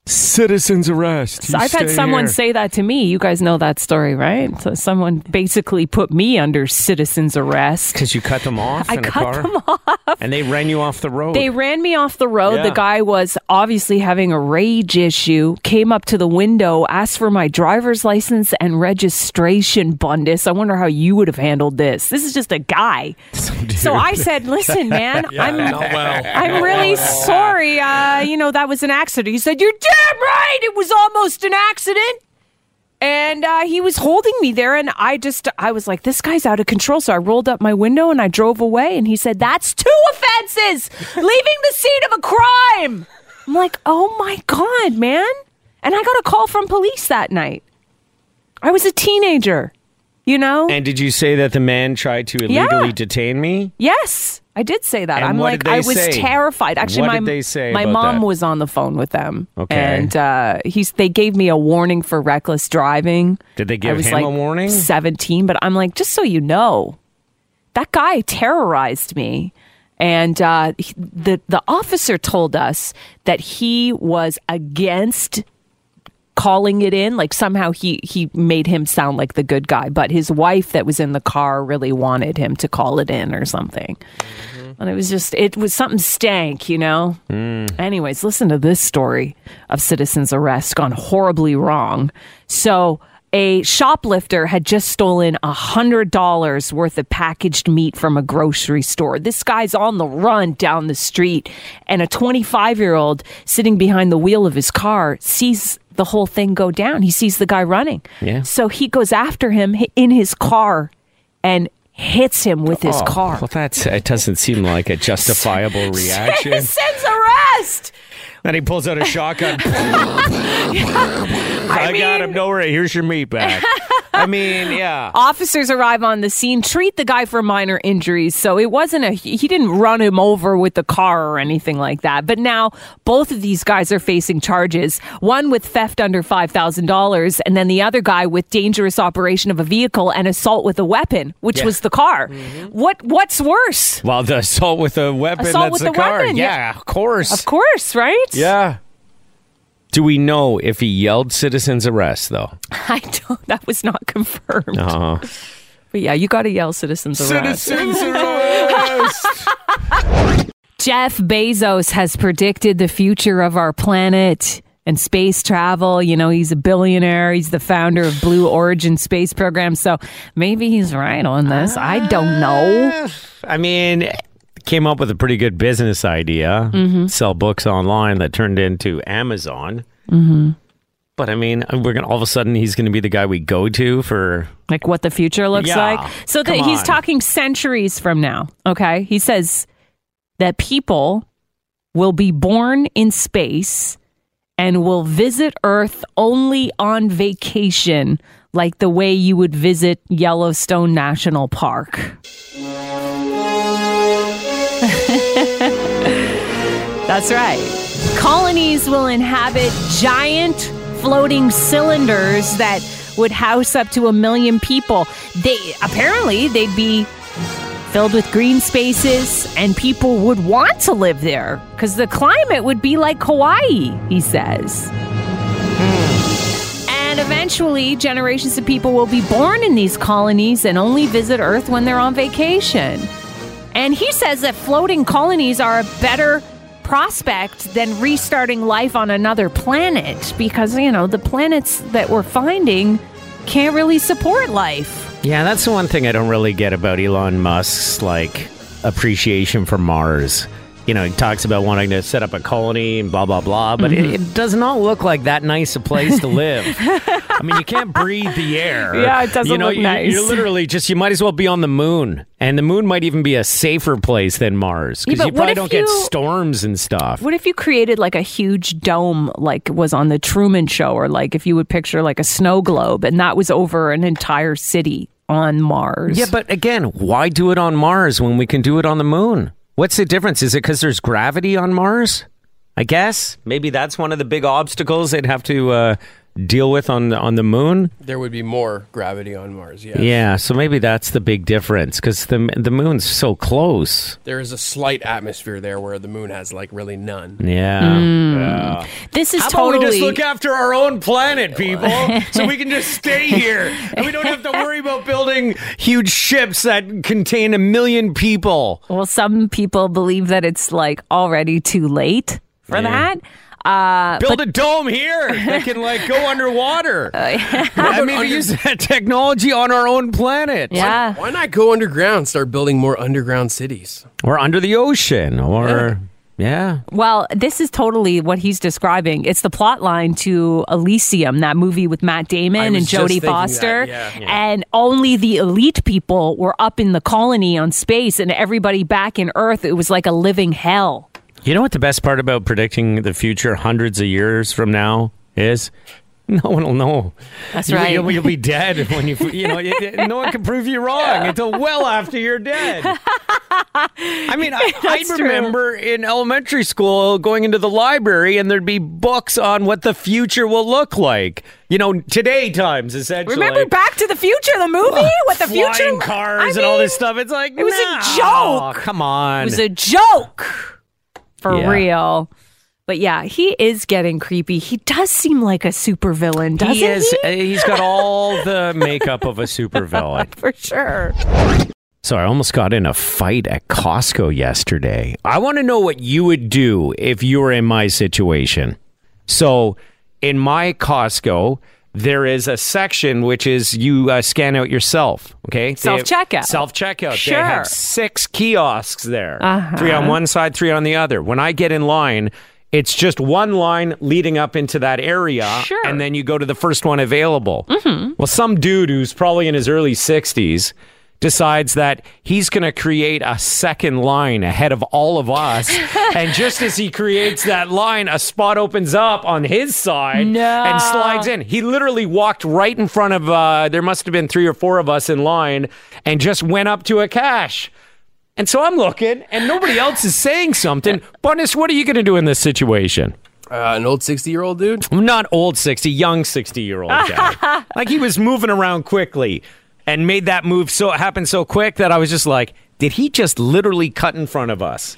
Speaker 5: Citizens arrest. You
Speaker 3: I've had
Speaker 5: stay
Speaker 3: someone
Speaker 5: here.
Speaker 3: say that to me. You guys know that story, right? So someone basically put me under citizens arrest.
Speaker 5: Because you cut them off.
Speaker 3: I
Speaker 5: in a
Speaker 3: cut
Speaker 5: car,
Speaker 3: them off.
Speaker 5: and they ran you off the road.
Speaker 3: They ran me off the road.
Speaker 5: Yeah.
Speaker 3: The guy was obviously having a rage issue, came up to the window, asked for my driver's license and registration, Bundus. I wonder how you would have handled this. This is just a guy. So I said, listen, man, I'm.
Speaker 4: Not well.
Speaker 3: I'm really sorry. Uh, you know, that was an accident. He said, You're damn right. It was almost an accident. And uh, he was holding me there. And I just, I was like, This guy's out of control. So I rolled up my window and I drove away. And he said, That's two offenses leaving the scene of a crime. I'm like, Oh my God, man. And I got a call from police that night. I was a teenager, you know?
Speaker 5: And did you say that the man tried to
Speaker 3: Yeah.
Speaker 5: illegally detain me?
Speaker 3: Yes, I did say that.
Speaker 5: And
Speaker 3: I'm
Speaker 5: what
Speaker 3: like,
Speaker 5: did they
Speaker 3: I was
Speaker 5: say?
Speaker 3: terrified. Actually,
Speaker 5: What
Speaker 3: my
Speaker 5: did they say
Speaker 3: my
Speaker 5: about
Speaker 3: mom
Speaker 5: that?
Speaker 3: was on the phone with them.
Speaker 5: Okay.
Speaker 3: and uh, he's they gave me a warning for reckless driving.
Speaker 5: Did they
Speaker 3: I
Speaker 5: give
Speaker 3: was
Speaker 5: him
Speaker 3: like
Speaker 5: a warning?
Speaker 3: 17, but I'm like, just so you know, that guy terrorized me. And uh, he- the the officer told us that he was against calling it in. Like somehow he he made him sound like the good guy, but his wife that was in the car really wanted him to call it in or something. And it was just it was something stank, you know.
Speaker 5: Mm.
Speaker 3: Anyways, listen to this story of citizens' arrest gone horribly wrong. So, a shoplifter had just stolen $100 worth of packaged meat from a grocery store. This guy's on the run down the street, and a 25 year old sitting behind the wheel of his car sees the whole thing go down. He sees the guy running.
Speaker 5: Yeah.
Speaker 3: So, he goes after him h- in his car and hits him with his
Speaker 5: Oh,
Speaker 3: car.
Speaker 5: Well, that's it. Doesn't seem like a justifiable reaction.
Speaker 3: Citizens arrest!
Speaker 5: then he pulls out a shotgun. I, got him. Don't worry. Here's your meat back. I mean, yeah.
Speaker 3: Officers arrive on the scene, treat the guy for minor injuries. So it wasn't a, he he didn't run him over with the car or anything like that. But now both of these guys are facing charges one with theft under $5,000, and then the other guy with dangerous operation of a vehicle and assault with a weapon, which was the car. What What's worse?
Speaker 5: Well, the assault with a weapon.
Speaker 3: Assault
Speaker 5: that's
Speaker 3: with
Speaker 5: the
Speaker 3: a
Speaker 5: car.
Speaker 3: weapon,
Speaker 5: Yeah, of course.
Speaker 3: Of course, right?
Speaker 5: Yeah. Do we know if he yelled citizens arrest though?
Speaker 3: I don't, that was not confirmed.
Speaker 5: Uh-huh.
Speaker 3: But yeah, you got to yell citizens arrest.
Speaker 5: arrest.
Speaker 3: Jeff Bezos has predicted the future of our planet and space travel. You know, he's a billionaire. He's the founder of Blue Origin space program. So maybe he's right on this. I don't
Speaker 5: Ah.
Speaker 3: know.
Speaker 5: I mean, came up with a pretty good business idea. Sell books online that turned into Amazon. Mm-hmm. But I mean, we're gonna all of a sudden he's gonna be the guy we go to for
Speaker 3: Like what the future looks
Speaker 5: Yeah,
Speaker 3: like. So that
Speaker 5: come
Speaker 3: he's
Speaker 5: on.
Speaker 3: talking centuries from now. Okay. He says that people will be born in space and will visit Earth only on vacation, like the way you would visit Yellowstone National Park. That's right. Colonies will inhabit giant floating cylinders that would house up to a million people. They apparently they'd be filled with green spaces and people would want to live there cuz the climate would be like Hawaii, he says. And eventually generations of people will be born in these colonies and only visit Earth when they're on vacation. And he says that floating colonies are a better prospect than restarting life on another planet because, you know, the planets that we're finding can't really support life.
Speaker 5: Yeah, that's the one thing I don't really get about Elon Musk's like appreciation for Mars. you know, he talks about wanting to set up a colony and blah, blah, blah. But
Speaker 3: Mm-hmm.
Speaker 5: it, it does not look like that nice a place to live. I mean, you can't breathe the air.
Speaker 3: Yeah, it doesn't
Speaker 5: you know,
Speaker 3: look
Speaker 5: you-
Speaker 3: nice.
Speaker 5: You're literally just, you might as well be on the moon. And the moon might even be a safer place than Mars
Speaker 3: Yeah,
Speaker 5: because
Speaker 3: but
Speaker 5: you
Speaker 3: what
Speaker 5: probably
Speaker 3: if
Speaker 5: don't get
Speaker 3: you-
Speaker 5: storms and stuff.
Speaker 3: What if you created like a huge dome, like was on the Truman Show, or like if you would picture like a snow globe, and that was over an entire city on Mars?
Speaker 5: Yeah, but again, why do it on Mars when we can do it on the moon? What's the difference? Is it because there's gravity on Mars? I guess maybe that's one of the big obstacles they'd have to uh, deal with on the, on the moon.
Speaker 4: There would be more gravity on Mars. Yeah.
Speaker 5: Yeah, so maybe that's the big difference because the the moon's so close.
Speaker 4: There is a slight atmosphere there where the moon has like really none.
Speaker 5: Yeah. Yeah.
Speaker 3: this is
Speaker 5: Mm. How
Speaker 3: Mm,
Speaker 5: about
Speaker 3: totally.
Speaker 5: we just look after our own planet, people, so we can just stay here and we don't have to worry about building huge ships that contain a million people.
Speaker 3: well, some people believe that it's like already too late for that.
Speaker 5: build a dome here that can like go underwater. Uh, I mean, we use that technology on our own planet.
Speaker 3: Yeah.
Speaker 4: Why not go underground? Start building more underground cities.
Speaker 5: Or under the ocean, or yeah.
Speaker 3: Well, this is totally what he's describing. It's the plot line to Elysium, that movie with Matt
Speaker 4: I
Speaker 3: Damon
Speaker 4: was
Speaker 3: and
Speaker 4: just
Speaker 3: Jodie
Speaker 4: thinking that,
Speaker 3: Foster.
Speaker 4: yeah.
Speaker 3: And only the elite people were up in the colony on space, and everybody back in Earth, it was like a living hell.
Speaker 5: You know what the best part about predicting the future hundreds of years from now is? No one will know.
Speaker 3: That's
Speaker 5: You-
Speaker 3: right.
Speaker 5: You'll, you'll be dead when you, you know, it- it- no one can prove you wrong until well after you're dead. I mean, I, I
Speaker 3: That's true.
Speaker 5: remember in elementary school going into the library and there'd be books on what the future will look like. You know, today times essentially.
Speaker 3: Remember Back to the Future, the movie? what the
Speaker 5: flying
Speaker 3: future?
Speaker 5: cars
Speaker 3: I
Speaker 5: and all
Speaker 3: mean,
Speaker 5: this stuff. It's like
Speaker 3: it was a
Speaker 5: no,
Speaker 3: joke.
Speaker 5: Come on,
Speaker 3: It was a joke. For
Speaker 5: Yeah.
Speaker 3: real. But yeah, he is getting creepy. He does seem like a supervillain, doesn't he?
Speaker 5: he is. uh, He's got all the makeup of a supervillain.
Speaker 3: For sure.
Speaker 5: So I almost got in a fight at Costco yesterday. I want to know what you would do if you were in my situation. So in my Costco, there is a section which is you uh, scan out yourself. Okay,
Speaker 3: Self-checkout.
Speaker 5: Self checkout. They
Speaker 3: Sure. Uh-huh.
Speaker 5: have six kiosks there, three on one side, three on the other. When I get in line. It's just one line leading up into that area,
Speaker 3: Sure. Mm-hmm.
Speaker 5: and then you go to the first one available. Well, some dude who's probably in his early 60s decides that he's going to create a second line ahead of all of us. and just as he creates that line, a spot opens up on his side and slides in. He literally walked right in front of, uh, there must have been three or four of us in line, and just went up to a cash. And so I'm looking, and nobody else is saying something. Bunnis, what are you going to do in this situation?
Speaker 4: Uh, an old 60 year old dude?
Speaker 5: not old 60, young 60 year old guy. like he was moving around quickly and made that move so it happened so quick that I was just like, did he just literally cut in front of us?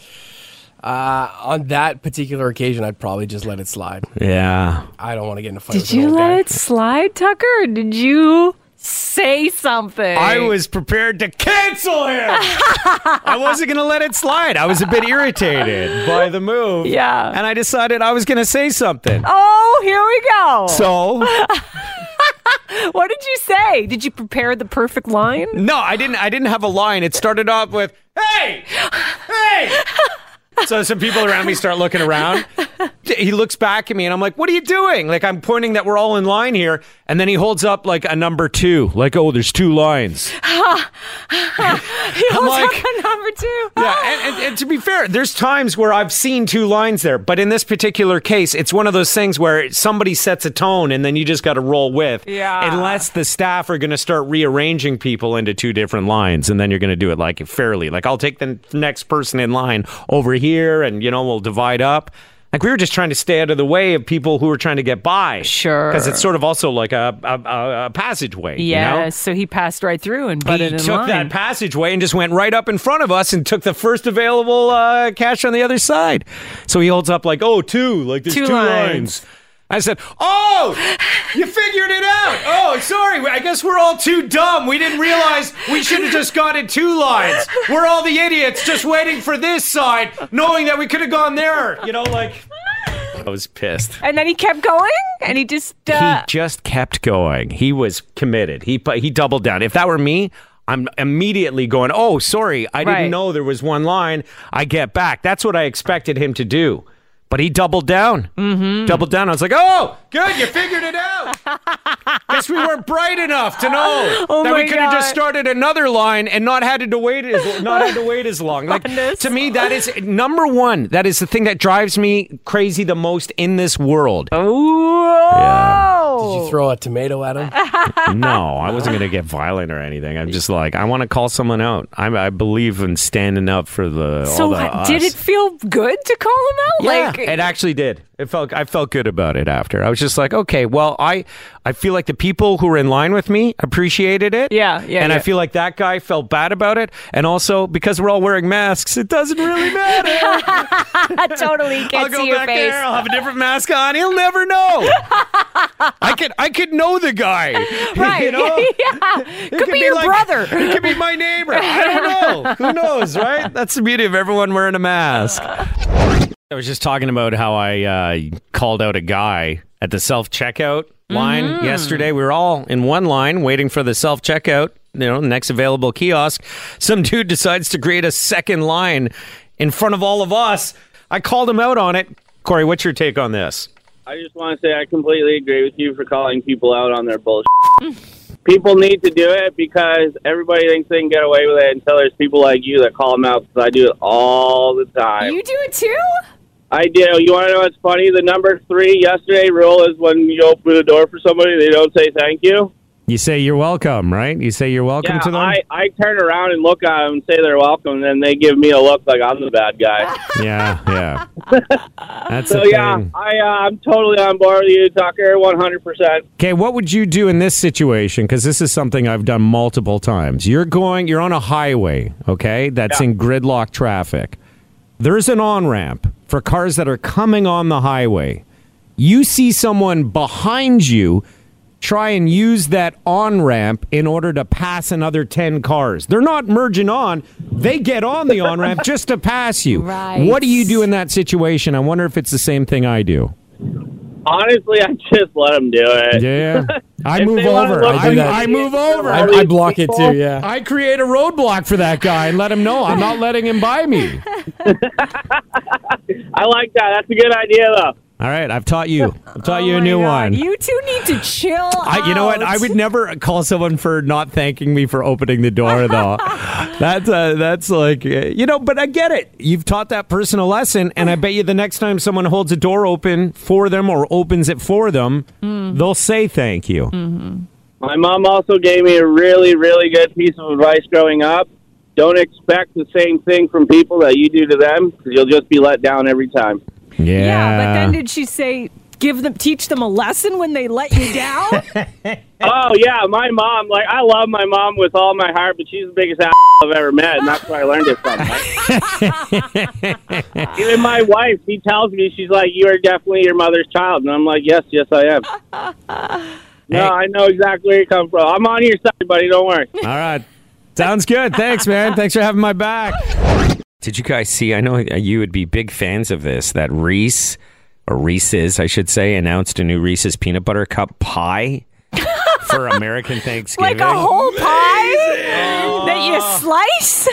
Speaker 4: On that particular occasion, I'd probably just let it slide.
Speaker 5: Yeah.
Speaker 4: I don't want to get in a fight
Speaker 3: Did
Speaker 4: with an
Speaker 3: you
Speaker 4: old
Speaker 3: let
Speaker 4: guy.
Speaker 3: it slide, Tucker? Or did you say something?
Speaker 5: I was prepared to cancel him. I wasn't going to let it slide. I was a bit irritated by the move.
Speaker 3: Yeah.
Speaker 5: And I decided I was going to say something.
Speaker 3: Oh, here we go.
Speaker 5: So,
Speaker 3: what did you say? Did you prepare the perfect line?
Speaker 5: no, I didn't I didn't have a line. It started off with, "Hey! Hey!" So some people around me start looking around. He looks back at me and I'm like, "What are you doing?" Like I'm pointing that we're all in line here, and then he holds up like a number 2, like, "Oh, there's two lines."
Speaker 3: He holds
Speaker 5: like-
Speaker 3: up a number two.
Speaker 5: Yeah, and, and, and to be fair, there's times where I've seen two lines there, but in this particular case, it's one of those things where somebody sets a tone and then you just got to roll with.
Speaker 3: Yeah.
Speaker 5: Unless the staff are going to start rearranging people into two different lines, and then you're going to do it like fairly. Like I'll take the next person in line over here, and you know we'll divide up. Like we were just trying to stay out of the way of people who were trying to get by.
Speaker 3: Sure.
Speaker 5: Because it's sort of also like a a, a, a passageway. you
Speaker 3: Yeah,
Speaker 5: know?
Speaker 3: so he passed right through and
Speaker 5: he
Speaker 3: butted in
Speaker 5: took
Speaker 3: line.
Speaker 5: that passageway and just went right up in front of us and took the first available uh, cash on the other side. So he holds up like, oh, two, like there's
Speaker 3: Two
Speaker 5: two,
Speaker 3: lines.
Speaker 5: lines. I said, oh, you figured it out. Oh, sorry. I guess we're all too dumb. We didn't realize we should have just gone in two lines. We're all the idiots just waiting for this side, knowing that we could have gone there. You know, like. I was pissed.
Speaker 3: and then he kept going, and he just. Uh,
Speaker 5: He just kept going. He was committed. He pu- he doubled down. If that were me, I'm immediately going, oh, sorry, I
Speaker 3: Right.
Speaker 5: didn't know there was one line. I get back. That's what I expected him to do. But he doubled down. Mm-hmm. Doubled down. I was like, oh, good, you figured it out. Guess we weren't bright enough to know
Speaker 3: Oh
Speaker 5: that
Speaker 3: my
Speaker 5: we could have just
Speaker 3: God.
Speaker 5: started another line and not had to wait as not had to wait as long. Like
Speaker 3: Madness.
Speaker 5: to me, that is number one. That is the thing that drives me crazy the most in this world.
Speaker 3: Oh.
Speaker 4: Did you throw a tomato at him?
Speaker 5: No, I wasn't going to get violent or anything. I'm just like, I want to call someone out. I, I believe in standing up for the. all
Speaker 3: So
Speaker 5: the
Speaker 3: h- did
Speaker 5: us.
Speaker 3: it feel good to call him out?
Speaker 5: Yeah,
Speaker 3: like uh,
Speaker 5: it actually did. It felt I felt good about it after. I was just like, okay, well, I I feel like the people who were in line with me appreciated it.
Speaker 3: Yeah, yeah,
Speaker 5: And I
Speaker 3: yeah.
Speaker 5: feel like that guy felt bad about it, and also because we're all wearing masks, it doesn't really matter.
Speaker 3: totally
Speaker 5: I'll
Speaker 3: can't
Speaker 5: go
Speaker 3: see your
Speaker 5: back
Speaker 3: face.
Speaker 5: there. I'll have a different mask on. He'll never know. I could I could know the guy.
Speaker 3: Right.
Speaker 5: You know.
Speaker 3: yeah. Could,
Speaker 5: It
Speaker 3: be, your
Speaker 5: like-
Speaker 3: brother.
Speaker 5: It could be my neighbor. I don't know. Who knows, right? That's the beauty of everyone wearing a mask. I was just talking about how I uh, called out a guy at the self checkout line
Speaker 3: Mm-hmm.
Speaker 5: yesterday. We were all in one line waiting for the self checkout, you know, next available kiosk. Some dude decides to create a second line in front of all of us. I called him out on it. Corey, what's your take on this?
Speaker 6: I just want to say I completely agree with you for calling people out on their bullshit. people need to do it because everybody thinks they can get away with it until there's people like you that call them out because I do it all the time.
Speaker 3: You do it too?
Speaker 6: I do. You want to know what's funny? The number three yesterday rule is when you open the door for somebody, they don't say thank you.
Speaker 5: You say you're welcome, right? You say you're welcome
Speaker 6: Yeah, I, I turn around and look at them and say they're welcome, and then they give me a look like I'm the bad guy.
Speaker 5: yeah, yeah. That's
Speaker 6: so, yeah, I, uh, I'm totally on board with you, Tucker, 100%.
Speaker 5: Okay, what would you do in this situation? Because this is something I've done multiple times. You're going, you're on a highway, okay, that's in gridlock traffic. There's an on ramp for cars that are coming on the highway. You see someone behind you try and use that on ramp in order to pass another 10 cars. They're not merging on, they get on the on ramp just to pass you.
Speaker 3: Right.
Speaker 5: What do you do in that situation? I wonder if it's the same thing I do.
Speaker 6: Honestly, I just let them do it.
Speaker 5: Yeah. I
Speaker 6: If
Speaker 5: move
Speaker 6: they wanna
Speaker 5: over.
Speaker 6: look
Speaker 5: I,
Speaker 6: at me-
Speaker 5: I move over.
Speaker 6: I-
Speaker 5: I,
Speaker 6: All
Speaker 4: I
Speaker 6: these
Speaker 4: block it
Speaker 6: people-
Speaker 4: too, yeah.
Speaker 5: I create a roadblock for that guy and let him know I'm not letting him by me.
Speaker 6: I like that. That's a good idea, though.
Speaker 5: All right, I've taught you. I've taught
Speaker 3: Oh
Speaker 5: you a
Speaker 3: my
Speaker 5: new
Speaker 3: God,
Speaker 5: one.
Speaker 3: You two need to chill.
Speaker 5: I, you know what? I
Speaker 3: out.
Speaker 5: would never call someone for not thanking me for opening the door, though. that's uh, that's like uh, you know. But I get it. You've taught that person a lesson, and I bet you the next time someone holds a door open for them or opens it for them,
Speaker 3: Hmm.
Speaker 5: they'll say thank you.
Speaker 6: My mom also gave me a really, really good piece of advice growing up. Don't expect the same thing from people that you do to them, 'cause you'll just be let down every time.
Speaker 3: Yeah. but then did she say give them teach them a lesson when they let you down?
Speaker 6: Oh yeah, my mom. Like I love my mom with all my heart, but she's the biggest ass I've ever met, and that's where I learned it from. Even my wife, she tells me she's like, "You are definitely your mother's child," and I'm like, "Yes, yes, I am." No,
Speaker 5: Hey.
Speaker 6: I know exactly where you come from. I'm on your side, buddy. Don't worry.
Speaker 5: All right. Sounds good. Thanks, man. Thanks for having my back. Did you guys see? I know you would be big fans of this that Reese, or Reese's, I should say, announced a new Reese's peanut butter cup pie for American Thanksgiving.
Speaker 3: like a whole pie that you slice?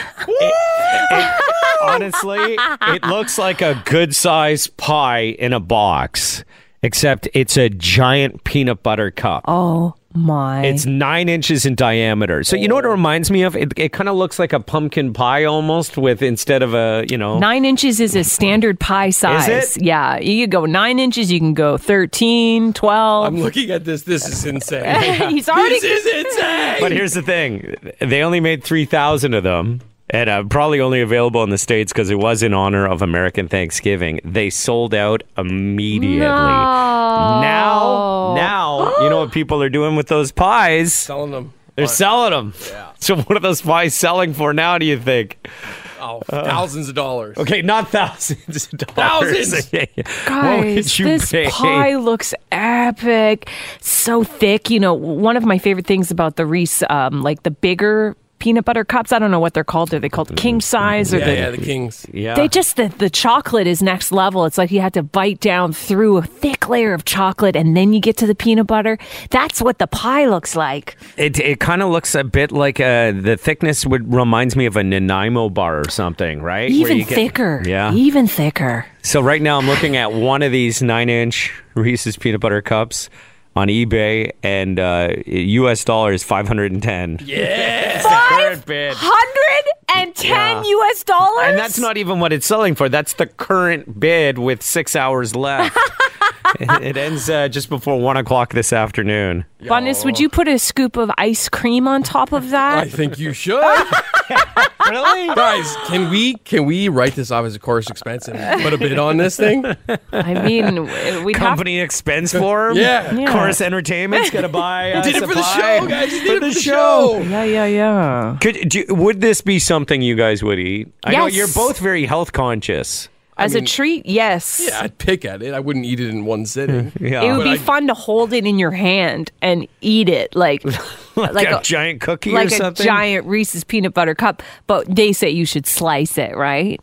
Speaker 5: Honestly, it looks like a good sized pie in a box, except it's a giant peanut butter cup.
Speaker 3: Oh my.
Speaker 5: It's nine inches in diameter. So you know what it reminds me of? It, it kind of looks like a pumpkin pie almost, with instead of a you know.
Speaker 3: Nine inches is a standard pie size.
Speaker 5: it?
Speaker 3: Yeah. You could go nine inches, you can go 13, 12.
Speaker 4: I'm looking at this. This is insane.
Speaker 3: He's already.
Speaker 4: this is insane.
Speaker 5: But here's the thing: they only made three thousand of them, and uh, probably only available in the states because it was in honor of American Thanksgiving. They sold out immediately. Now, now you know what people are doing with those pies?
Speaker 4: Telling them.
Speaker 5: They're selling them. So what are those pies selling for now? Do you think?
Speaker 4: Oh, thousands of dollars.
Speaker 5: Okay, not thousands of dollars.
Speaker 4: Thousands!
Speaker 5: What would
Speaker 3: Guys,
Speaker 5: you
Speaker 3: this
Speaker 5: pay?
Speaker 3: pie looks epic. So thick. You know, one of my favorite things about the Reese, um, like the bigger peanut butter cups. I don't know what they're called. Are they called king size or
Speaker 4: Yeah,
Speaker 3: the?
Speaker 4: yeah, the Kings.
Speaker 5: Yeah.
Speaker 3: They just the, the chocolate is next level. It's like you had to bite down through a thick layer of chocolate and then you get to the peanut butter. That's what the pie looks like.
Speaker 5: It it kind of looks a bit like uh the thickness would reminds me of a Nanaimo bar or something, right? Where
Speaker 3: Even
Speaker 5: you get-
Speaker 3: thicker.
Speaker 5: yeah.
Speaker 3: Even thicker.
Speaker 5: So right now I'm looking at one of these nine inch Reese's peanut butter cups on eBay, and uh, U.S. dollar is five hundred and ten. Yeah, current bid.
Speaker 3: Hundred and ten US dollars.
Speaker 5: And that's not even what it's selling for. That's the current bid with six hours left. it ends uh, just before one o'clock this afternoon.
Speaker 3: Bundes, would you put a scoop of ice cream on top of
Speaker 4: I
Speaker 3: that?
Speaker 4: think you should.
Speaker 5: Really?
Speaker 4: Guys, can we can we write this off as a course expense and put a bid on this thing?
Speaker 3: I mean, we have
Speaker 5: Company expense form.
Speaker 4: Yeah.
Speaker 3: Yeah.
Speaker 5: Chorus Entertainment's gonna buy. Uh,
Speaker 4: Did it for the
Speaker 5: supply.
Speaker 4: show, guys. You
Speaker 5: For
Speaker 4: did it
Speaker 5: the show.
Speaker 3: Yeah, yeah, yeah.
Speaker 5: Could do, would this be something you guys would eat? I know
Speaker 3: Yes.
Speaker 5: you're both very health conscious.
Speaker 3: As a treat, yes.
Speaker 4: Yeah, I'd pick at it. I wouldn't eat it in one sitting.
Speaker 5: Yeah.
Speaker 3: It would
Speaker 4: But
Speaker 3: be
Speaker 4: I-
Speaker 3: fun to hold it in your hand and eat it like like,
Speaker 5: like a, giant cookie
Speaker 3: like
Speaker 5: or
Speaker 3: a
Speaker 5: something.
Speaker 3: giant Reese's peanut butter cup, but they say you should slice it, right?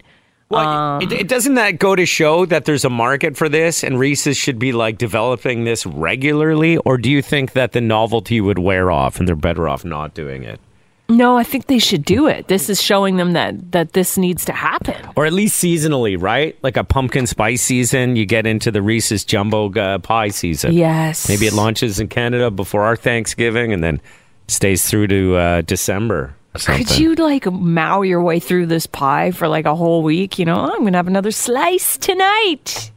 Speaker 5: Well,
Speaker 3: Um,
Speaker 5: it, it doesn't that go to show that there's a market for this, and Reese's should be like developing this regularly, or do you think that the novelty would wear off and they're better off not doing it,
Speaker 3: No, I think they should do it. This is showing them that that this needs to happen.
Speaker 5: or at least seasonally, right? Like a pumpkin spice season, you get into the Reese's jumbo uh, pie season.
Speaker 3: Yes.
Speaker 5: Maybe it launches in Canada before our Thanksgiving, and then stays through to uh, December. Or something.
Speaker 3: Could you like mow your way through this pie for like a whole week? You know, "Oh, I'm gonna have another slice tonight.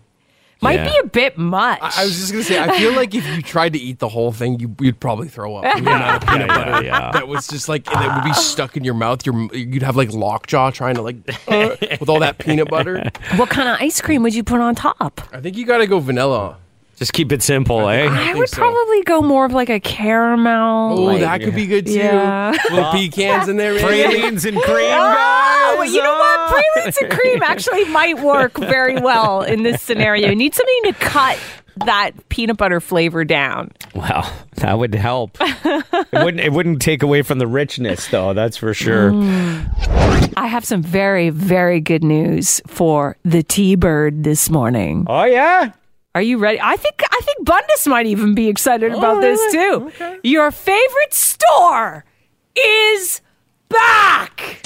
Speaker 3: Might
Speaker 5: Yeah.
Speaker 3: be a bit much.
Speaker 4: I, I was just gonna say, I feel like if you tried to eat the whole thing, you, you'd probably throw up. The amount of peanut butter that was just like that would be stuck in your mouth. Your, you'd have like lockjaw trying to like uh, with all that peanut butter.
Speaker 3: what kind of ice cream would you put on top?
Speaker 4: I think you gotta go vanilla.
Speaker 5: Just keep it simple, eh?
Speaker 3: I,
Speaker 4: think
Speaker 3: would
Speaker 4: so.
Speaker 3: probably go more of like a caramel.
Speaker 4: Oh,
Speaker 3: like-
Speaker 4: that could be good too.
Speaker 3: Yeah.
Speaker 4: Little pecans in there. maybe.
Speaker 5: Pralines and cream,
Speaker 3: Oh,
Speaker 5: guys.
Speaker 3: you know what? Pralines and cream actually might work very well in this scenario. You need something to cut that peanut butter flavor down.
Speaker 5: Wow, that would help. it wouldn't. It wouldn't take away from the richness, though. That's for sure.
Speaker 3: Mm. I have some very, very good news for the T Bird this morning.
Speaker 5: Oh yeah.
Speaker 3: Are you ready? I think I think Bundus might even be excited about this too. Your favorite store is back.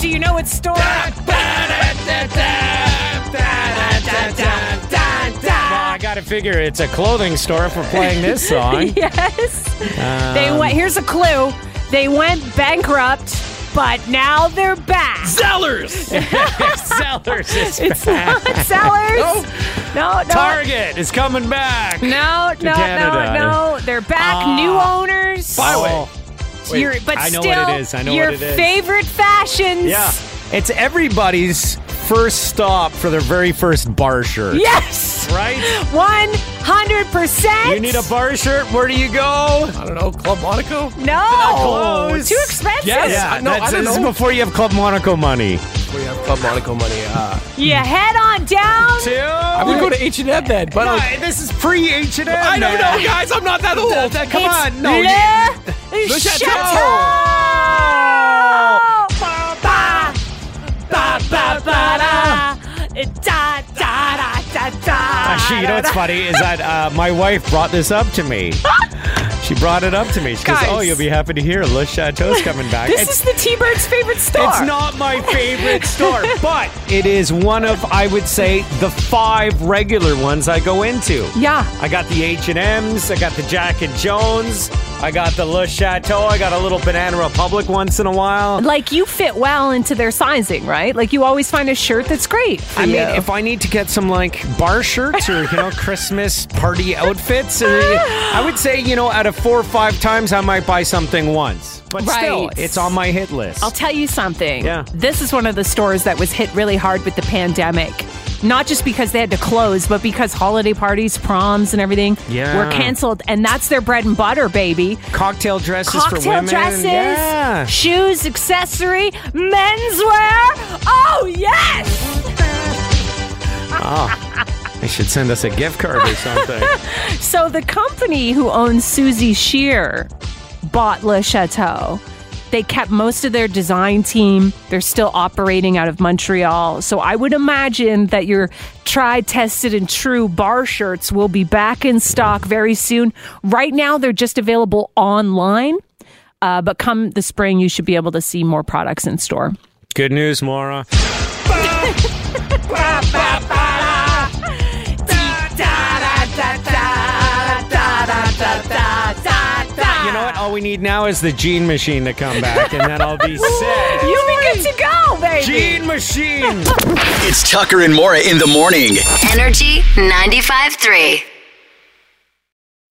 Speaker 3: Do you know what store?
Speaker 5: Well, I gotta figure it's a clothing store if we're playing this song.
Speaker 3: Yes. they went. Here's a clue. They went bankrupt, but now they're back.
Speaker 5: Sellers. Sellers is
Speaker 3: it's
Speaker 5: back.
Speaker 3: not sellers. No, no.
Speaker 5: Target is coming back.
Speaker 3: No, no,
Speaker 5: Canada.
Speaker 3: no, no. They're back.
Speaker 5: Ah.
Speaker 3: New owners.
Speaker 5: Oh,
Speaker 3: Your- but
Speaker 5: I know
Speaker 3: still,
Speaker 5: what it is. I know
Speaker 3: your
Speaker 5: what it is.
Speaker 3: favorite fashions.
Speaker 5: yeah. It's everybody's first stop for their very first bar shirt.
Speaker 3: Yes.
Speaker 5: Right?
Speaker 3: One hundred percent.
Speaker 5: You need a bar shirt. Where do you go?
Speaker 4: I don't know, Club Monaco.
Speaker 3: no.
Speaker 5: clothes.
Speaker 3: Too expensive.
Speaker 4: Yes.
Speaker 5: Yeah,
Speaker 4: I- no, I
Speaker 5: that's-
Speaker 4: don't
Speaker 5: this is
Speaker 4: know.
Speaker 5: before you have Club Monaco money.
Speaker 4: We have Club Monaco money. Uh,
Speaker 3: You head on down.
Speaker 5: Two.
Speaker 4: I would go to H and M then, but like,
Speaker 5: this is pre H and M.
Speaker 4: I don't know, guys. I'm not that old.
Speaker 5: Come
Speaker 3: it's
Speaker 5: on, no.
Speaker 3: Le
Speaker 5: you-
Speaker 3: Chateau.
Speaker 5: Actually, you know what's funny is that uh, my wife brought this up to me. She brought it up to me. She goes,
Speaker 3: Guys.
Speaker 5: "Oh, you'll be happy to hear Le Chateau's coming back."
Speaker 3: This
Speaker 5: It's-
Speaker 3: is the T-Bird's favorite store.
Speaker 5: It's not my favorite store, but it is one of I would say the five regular ones I go into.
Speaker 3: Yeah.
Speaker 5: I got the H and M's. I got the Jack and Jones. I got the Le Chateau. I got a little Banana Republic once in a while.
Speaker 3: Like you fit well into their sizing, right? Like you always find a shirt that's great. for
Speaker 5: I
Speaker 3: you.
Speaker 5: mean, if I need to get some like bar shirts or you know Christmas party outfits, uh, I would say you know out of four or five times I might buy something once. But still,
Speaker 3: Right.
Speaker 5: it's on my hit list.
Speaker 3: I'll tell you something.
Speaker 5: Yeah.
Speaker 3: This is one of the stores that was hit really hard with the pandemic. Not just because they had to close, but because holiday parties, proms, and everything
Speaker 5: Yeah.
Speaker 3: were canceled. And that's their bread and butter, baby.
Speaker 5: Cocktail dresses for
Speaker 3: Cocktail
Speaker 5: women.
Speaker 3: dresses,
Speaker 5: Yeah.
Speaker 3: shoes, accessory, menswear. Oh, yes!
Speaker 5: They should send us a gift card or something.
Speaker 3: So the company who owns Susie Shear bought Le Chateau. They kept most of their design team. They're still operating out of Montreal. So I would imagine that your tried, tested, and true bar shirts will be back in stock very soon. Right now, they're just available online. Uh, but come the spring, you should be able to see more products in store.
Speaker 5: Good news, Maura. You know what? All we need now is the gene machine to come back, and then I'll be set.
Speaker 3: You'll be good to go, baby.
Speaker 5: Gene machine.
Speaker 9: It's Tucker and Mora in the morning.
Speaker 1: Energy 95.3.